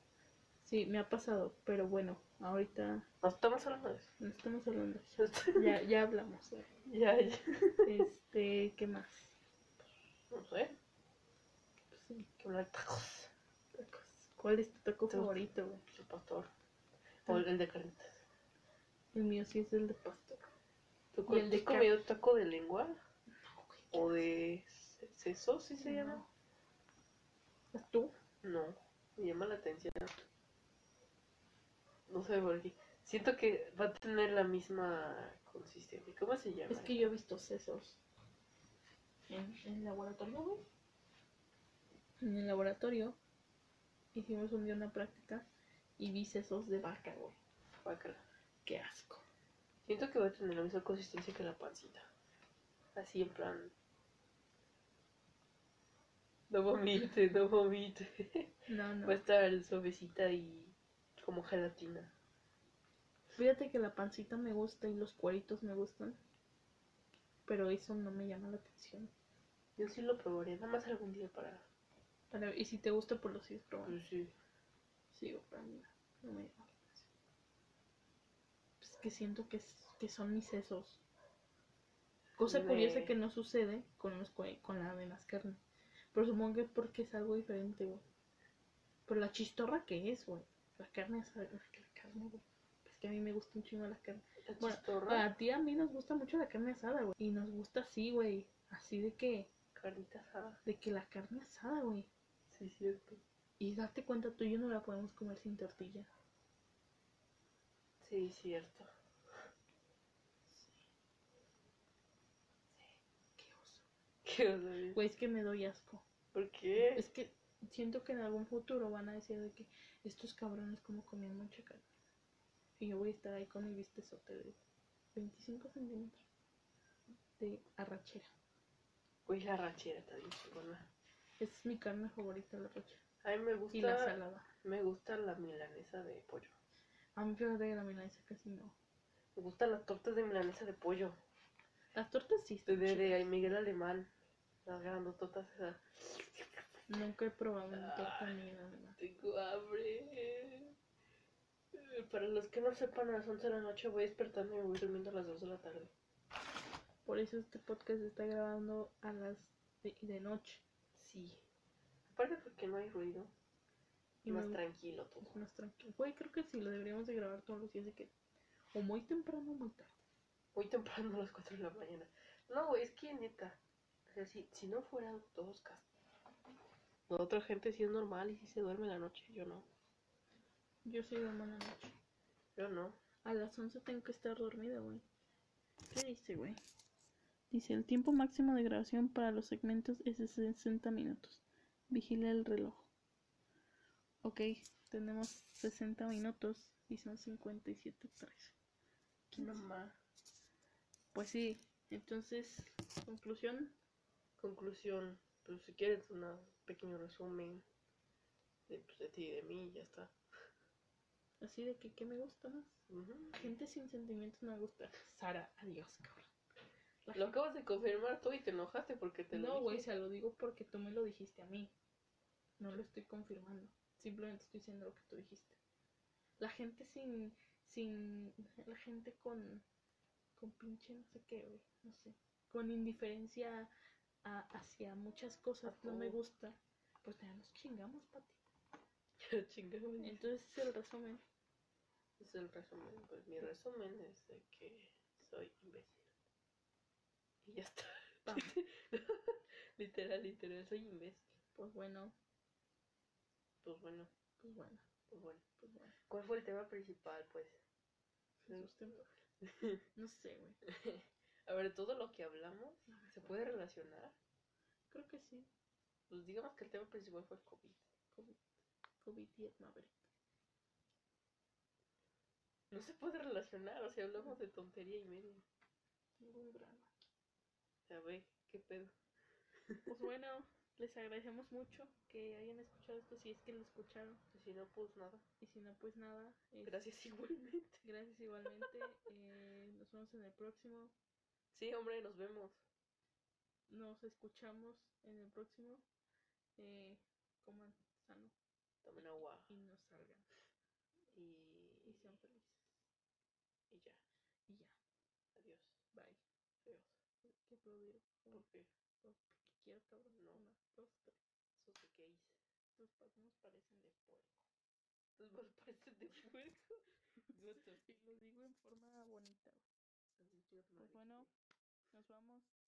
[SPEAKER 1] sí, me ha pasado. Pero bueno, ahorita
[SPEAKER 2] No estamos hablando de
[SPEAKER 1] no estamos hablando.
[SPEAKER 2] eso.
[SPEAKER 1] Ya, ya hablamos.
[SPEAKER 2] ya, ya.
[SPEAKER 1] Este, ¿qué más?
[SPEAKER 2] No sé.
[SPEAKER 1] Pues, sí,
[SPEAKER 2] Que hablar de tacos.
[SPEAKER 1] tacos. ¿Cuál es tu taco
[SPEAKER 2] Tú.
[SPEAKER 1] favorito, güey?
[SPEAKER 2] El pastor. O el de carnitas.
[SPEAKER 1] El mío sí es el de pastor.
[SPEAKER 2] ¿Tú
[SPEAKER 1] Y el de
[SPEAKER 2] has comido taco de lengua? ¿O de se- seso, sí se
[SPEAKER 1] No.
[SPEAKER 2] llama?
[SPEAKER 1] ¿Tú?
[SPEAKER 2] No, me llama la atención. No sé por qué. Siento que va a tener la misma consistencia. ¿Cómo se llama?
[SPEAKER 1] Es que yo he visto sesos. En, en el laboratorio, güey. En el laboratorio hicimos un día una práctica y vi sesos de vaca, güey.
[SPEAKER 2] Guácala.
[SPEAKER 1] Qué asco.
[SPEAKER 2] Siento que va a tener la misma consistencia que la pancita. Así en plan. No vomite, no vomite.
[SPEAKER 1] No, no.
[SPEAKER 2] Va a estar suavecita y como gelatina.
[SPEAKER 1] Fíjate que la pancita me gusta y los cueritos me gustan. Pero eso no me llama la atención.
[SPEAKER 2] Yo sí lo probaría, nada más algún día para.
[SPEAKER 1] Para- y si te gusta, pues lo sigues probando.
[SPEAKER 2] Pues sí.
[SPEAKER 1] Sí, o para mí no me llama la atención. Pues que siento que, es- que son mis sesos. Cosa
[SPEAKER 2] Me-
[SPEAKER 1] curiosa que no sucede con, los, cue- con la de las carnes. Pero supongo que es porque es algo diferente, güey. Por la chistorra que es, güey. La carne es la carne, güey. Es que a mí me gusta un chingo la carne.
[SPEAKER 2] La
[SPEAKER 1] Bueno,
[SPEAKER 2] chistorra,
[SPEAKER 1] A ti a mí nos gusta mucho la carne asada, güey. Y nos gusta así, güey. Así de que,
[SPEAKER 2] carnita asada.
[SPEAKER 1] de que la carne asada, güey.
[SPEAKER 2] Sí, cierto.
[SPEAKER 1] Y date cuenta, tú y yo no la podemos comer sin tortilla.
[SPEAKER 2] Sí, cierto.
[SPEAKER 1] Qué oso.
[SPEAKER 2] Qué oso, güey.
[SPEAKER 1] Güey, es pues que me doy asco.
[SPEAKER 2] ¿Por qué?
[SPEAKER 1] Es que siento que en algún futuro van a decir de que estos cabrones como comían mucha carne. Y yo voy a estar ahí con mi vistezote de 25 centímetros de arrachera.
[SPEAKER 2] Güey, la ranchera está bien chingona.
[SPEAKER 1] Es mi carne favorita, la arrachera.
[SPEAKER 2] A mí me
[SPEAKER 1] Y la
[SPEAKER 2] gusta,
[SPEAKER 1] salada.
[SPEAKER 2] me gusta la milanesa de pollo.
[SPEAKER 1] A mí fíjate que la milanesa casi no.
[SPEAKER 2] Me gustan las tortas de milanesa de pollo.
[SPEAKER 1] Las tortas sí.
[SPEAKER 2] De,
[SPEAKER 1] están
[SPEAKER 2] de,
[SPEAKER 1] chidas.
[SPEAKER 2] de Miguel Alemán. Las grandototas esas.
[SPEAKER 1] Nunca he probado una
[SPEAKER 2] Ah.
[SPEAKER 1] torta ni nada.
[SPEAKER 2] Tengo hambre. Eh, Para los que no sepan, a las 11 de la noche voy despertando y me voy durmiendo a las 2 de la tarde.
[SPEAKER 1] Por eso este podcast se está grabando a las de, de noche.
[SPEAKER 2] Sí. Aparte porque no hay ruido. Y más
[SPEAKER 1] me-
[SPEAKER 2] tranquilo todo.
[SPEAKER 1] es más tranquilo. Güey, creo que sí, lo deberíamos de grabar todos los días de que... O muy temprano o muy tarde.
[SPEAKER 2] Muy temprano a las 4 de la mañana. No, güey, es que neta. O sea, si, si no fueran todos casados. La otra gente sí es normal y sí se duerme en la noche. Yo no.
[SPEAKER 1] Yo soy de mala noche.
[SPEAKER 2] Yo no.
[SPEAKER 1] A las 11 tengo que estar dormida, güey. ¿Qué dice, güey? Dice, el tiempo máximo de grabación para los segmentos es de 60 minutos. Vigila el reloj. Ok, tenemos 60 minutos y son 57.13.
[SPEAKER 2] Mamá.
[SPEAKER 1] Pues sí, entonces, conclusión.
[SPEAKER 2] Conclusión. Pues si quieres un pequeño resumen de, pues, de ti y de mí, ya está.
[SPEAKER 1] Así de que, ¿qué me gusta más?
[SPEAKER 2] Ujú.
[SPEAKER 1] Gente sin sentimientos no me gusta. Sara, adiós, cabrón. La
[SPEAKER 2] Lo acabas de confirmar tú y te enojaste porque te lo
[SPEAKER 1] No,
[SPEAKER 2] dije.
[SPEAKER 1] güey, se lo digo porque tú me lo dijiste a mí. No lo estoy confirmando. Simplemente estoy diciendo lo que tú dijiste. La gente sin. sin la gente con. con pinche no sé qué, güey. No sé. Con indiferencia a- hacia muchas cosas
[SPEAKER 2] A
[SPEAKER 1] no me
[SPEAKER 2] todo.
[SPEAKER 1] gusta. Pues ya nos chingamos, Pati.
[SPEAKER 2] Chingame.
[SPEAKER 1] Entonces es el resumen.
[SPEAKER 2] Es el resumen. Pues mi resumen es de que soy imbécil. Y ya está.
[SPEAKER 1] Pam.
[SPEAKER 2] Literal, literal, soy imbécil.
[SPEAKER 1] Pues bueno,
[SPEAKER 2] Pues bueno,
[SPEAKER 1] pues bueno,
[SPEAKER 2] pues bueno.
[SPEAKER 1] pues bueno.
[SPEAKER 2] ¿Cuál fue el tema principal, pues?
[SPEAKER 1] Jesús, te- No sé, güey.
[SPEAKER 2] A ver, todo lo que hablamos se puede relacionar.
[SPEAKER 1] Creo que sí.
[SPEAKER 2] Pues digamos que el tema principal fue el COVID.
[SPEAKER 1] COVID. COVID-10 Maverick.
[SPEAKER 2] No se puede relacionar, o sea, hablamos de tontería y media.
[SPEAKER 1] Ningún drama.
[SPEAKER 2] Ya ve, qué pedo.
[SPEAKER 1] Pues bueno, les agradecemos mucho que hayan escuchado esto, si es que lo escucharon.
[SPEAKER 2] Y si no, pues nada.
[SPEAKER 1] Y si no, pues nada. es-
[SPEAKER 2] Gracias igualmente.
[SPEAKER 1] Gracias igualmente. eh, nos vemos en el próximo.
[SPEAKER 2] Sí, hombre, nos vemos.
[SPEAKER 1] Nos escuchamos en el próximo. Eh, coman sano
[SPEAKER 2] Tomen agua.
[SPEAKER 1] y no salgan. Y
[SPEAKER 2] Y,
[SPEAKER 1] sean felices.
[SPEAKER 2] y ya.
[SPEAKER 1] Y ya.
[SPEAKER 2] Adiós.
[SPEAKER 1] Bye.
[SPEAKER 2] Adiós.
[SPEAKER 1] Que aplaudir.
[SPEAKER 2] Porque
[SPEAKER 1] Porque quiero cabrón.
[SPEAKER 2] No.
[SPEAKER 1] Una, dos, tres.
[SPEAKER 2] sos de gays.
[SPEAKER 1] Tus palmas parecen de puerco.
[SPEAKER 2] Tus manos parecen de fuego. Gusto. pues
[SPEAKER 1] Y lo digo en forma bonita. Pues bueno, nos vamos.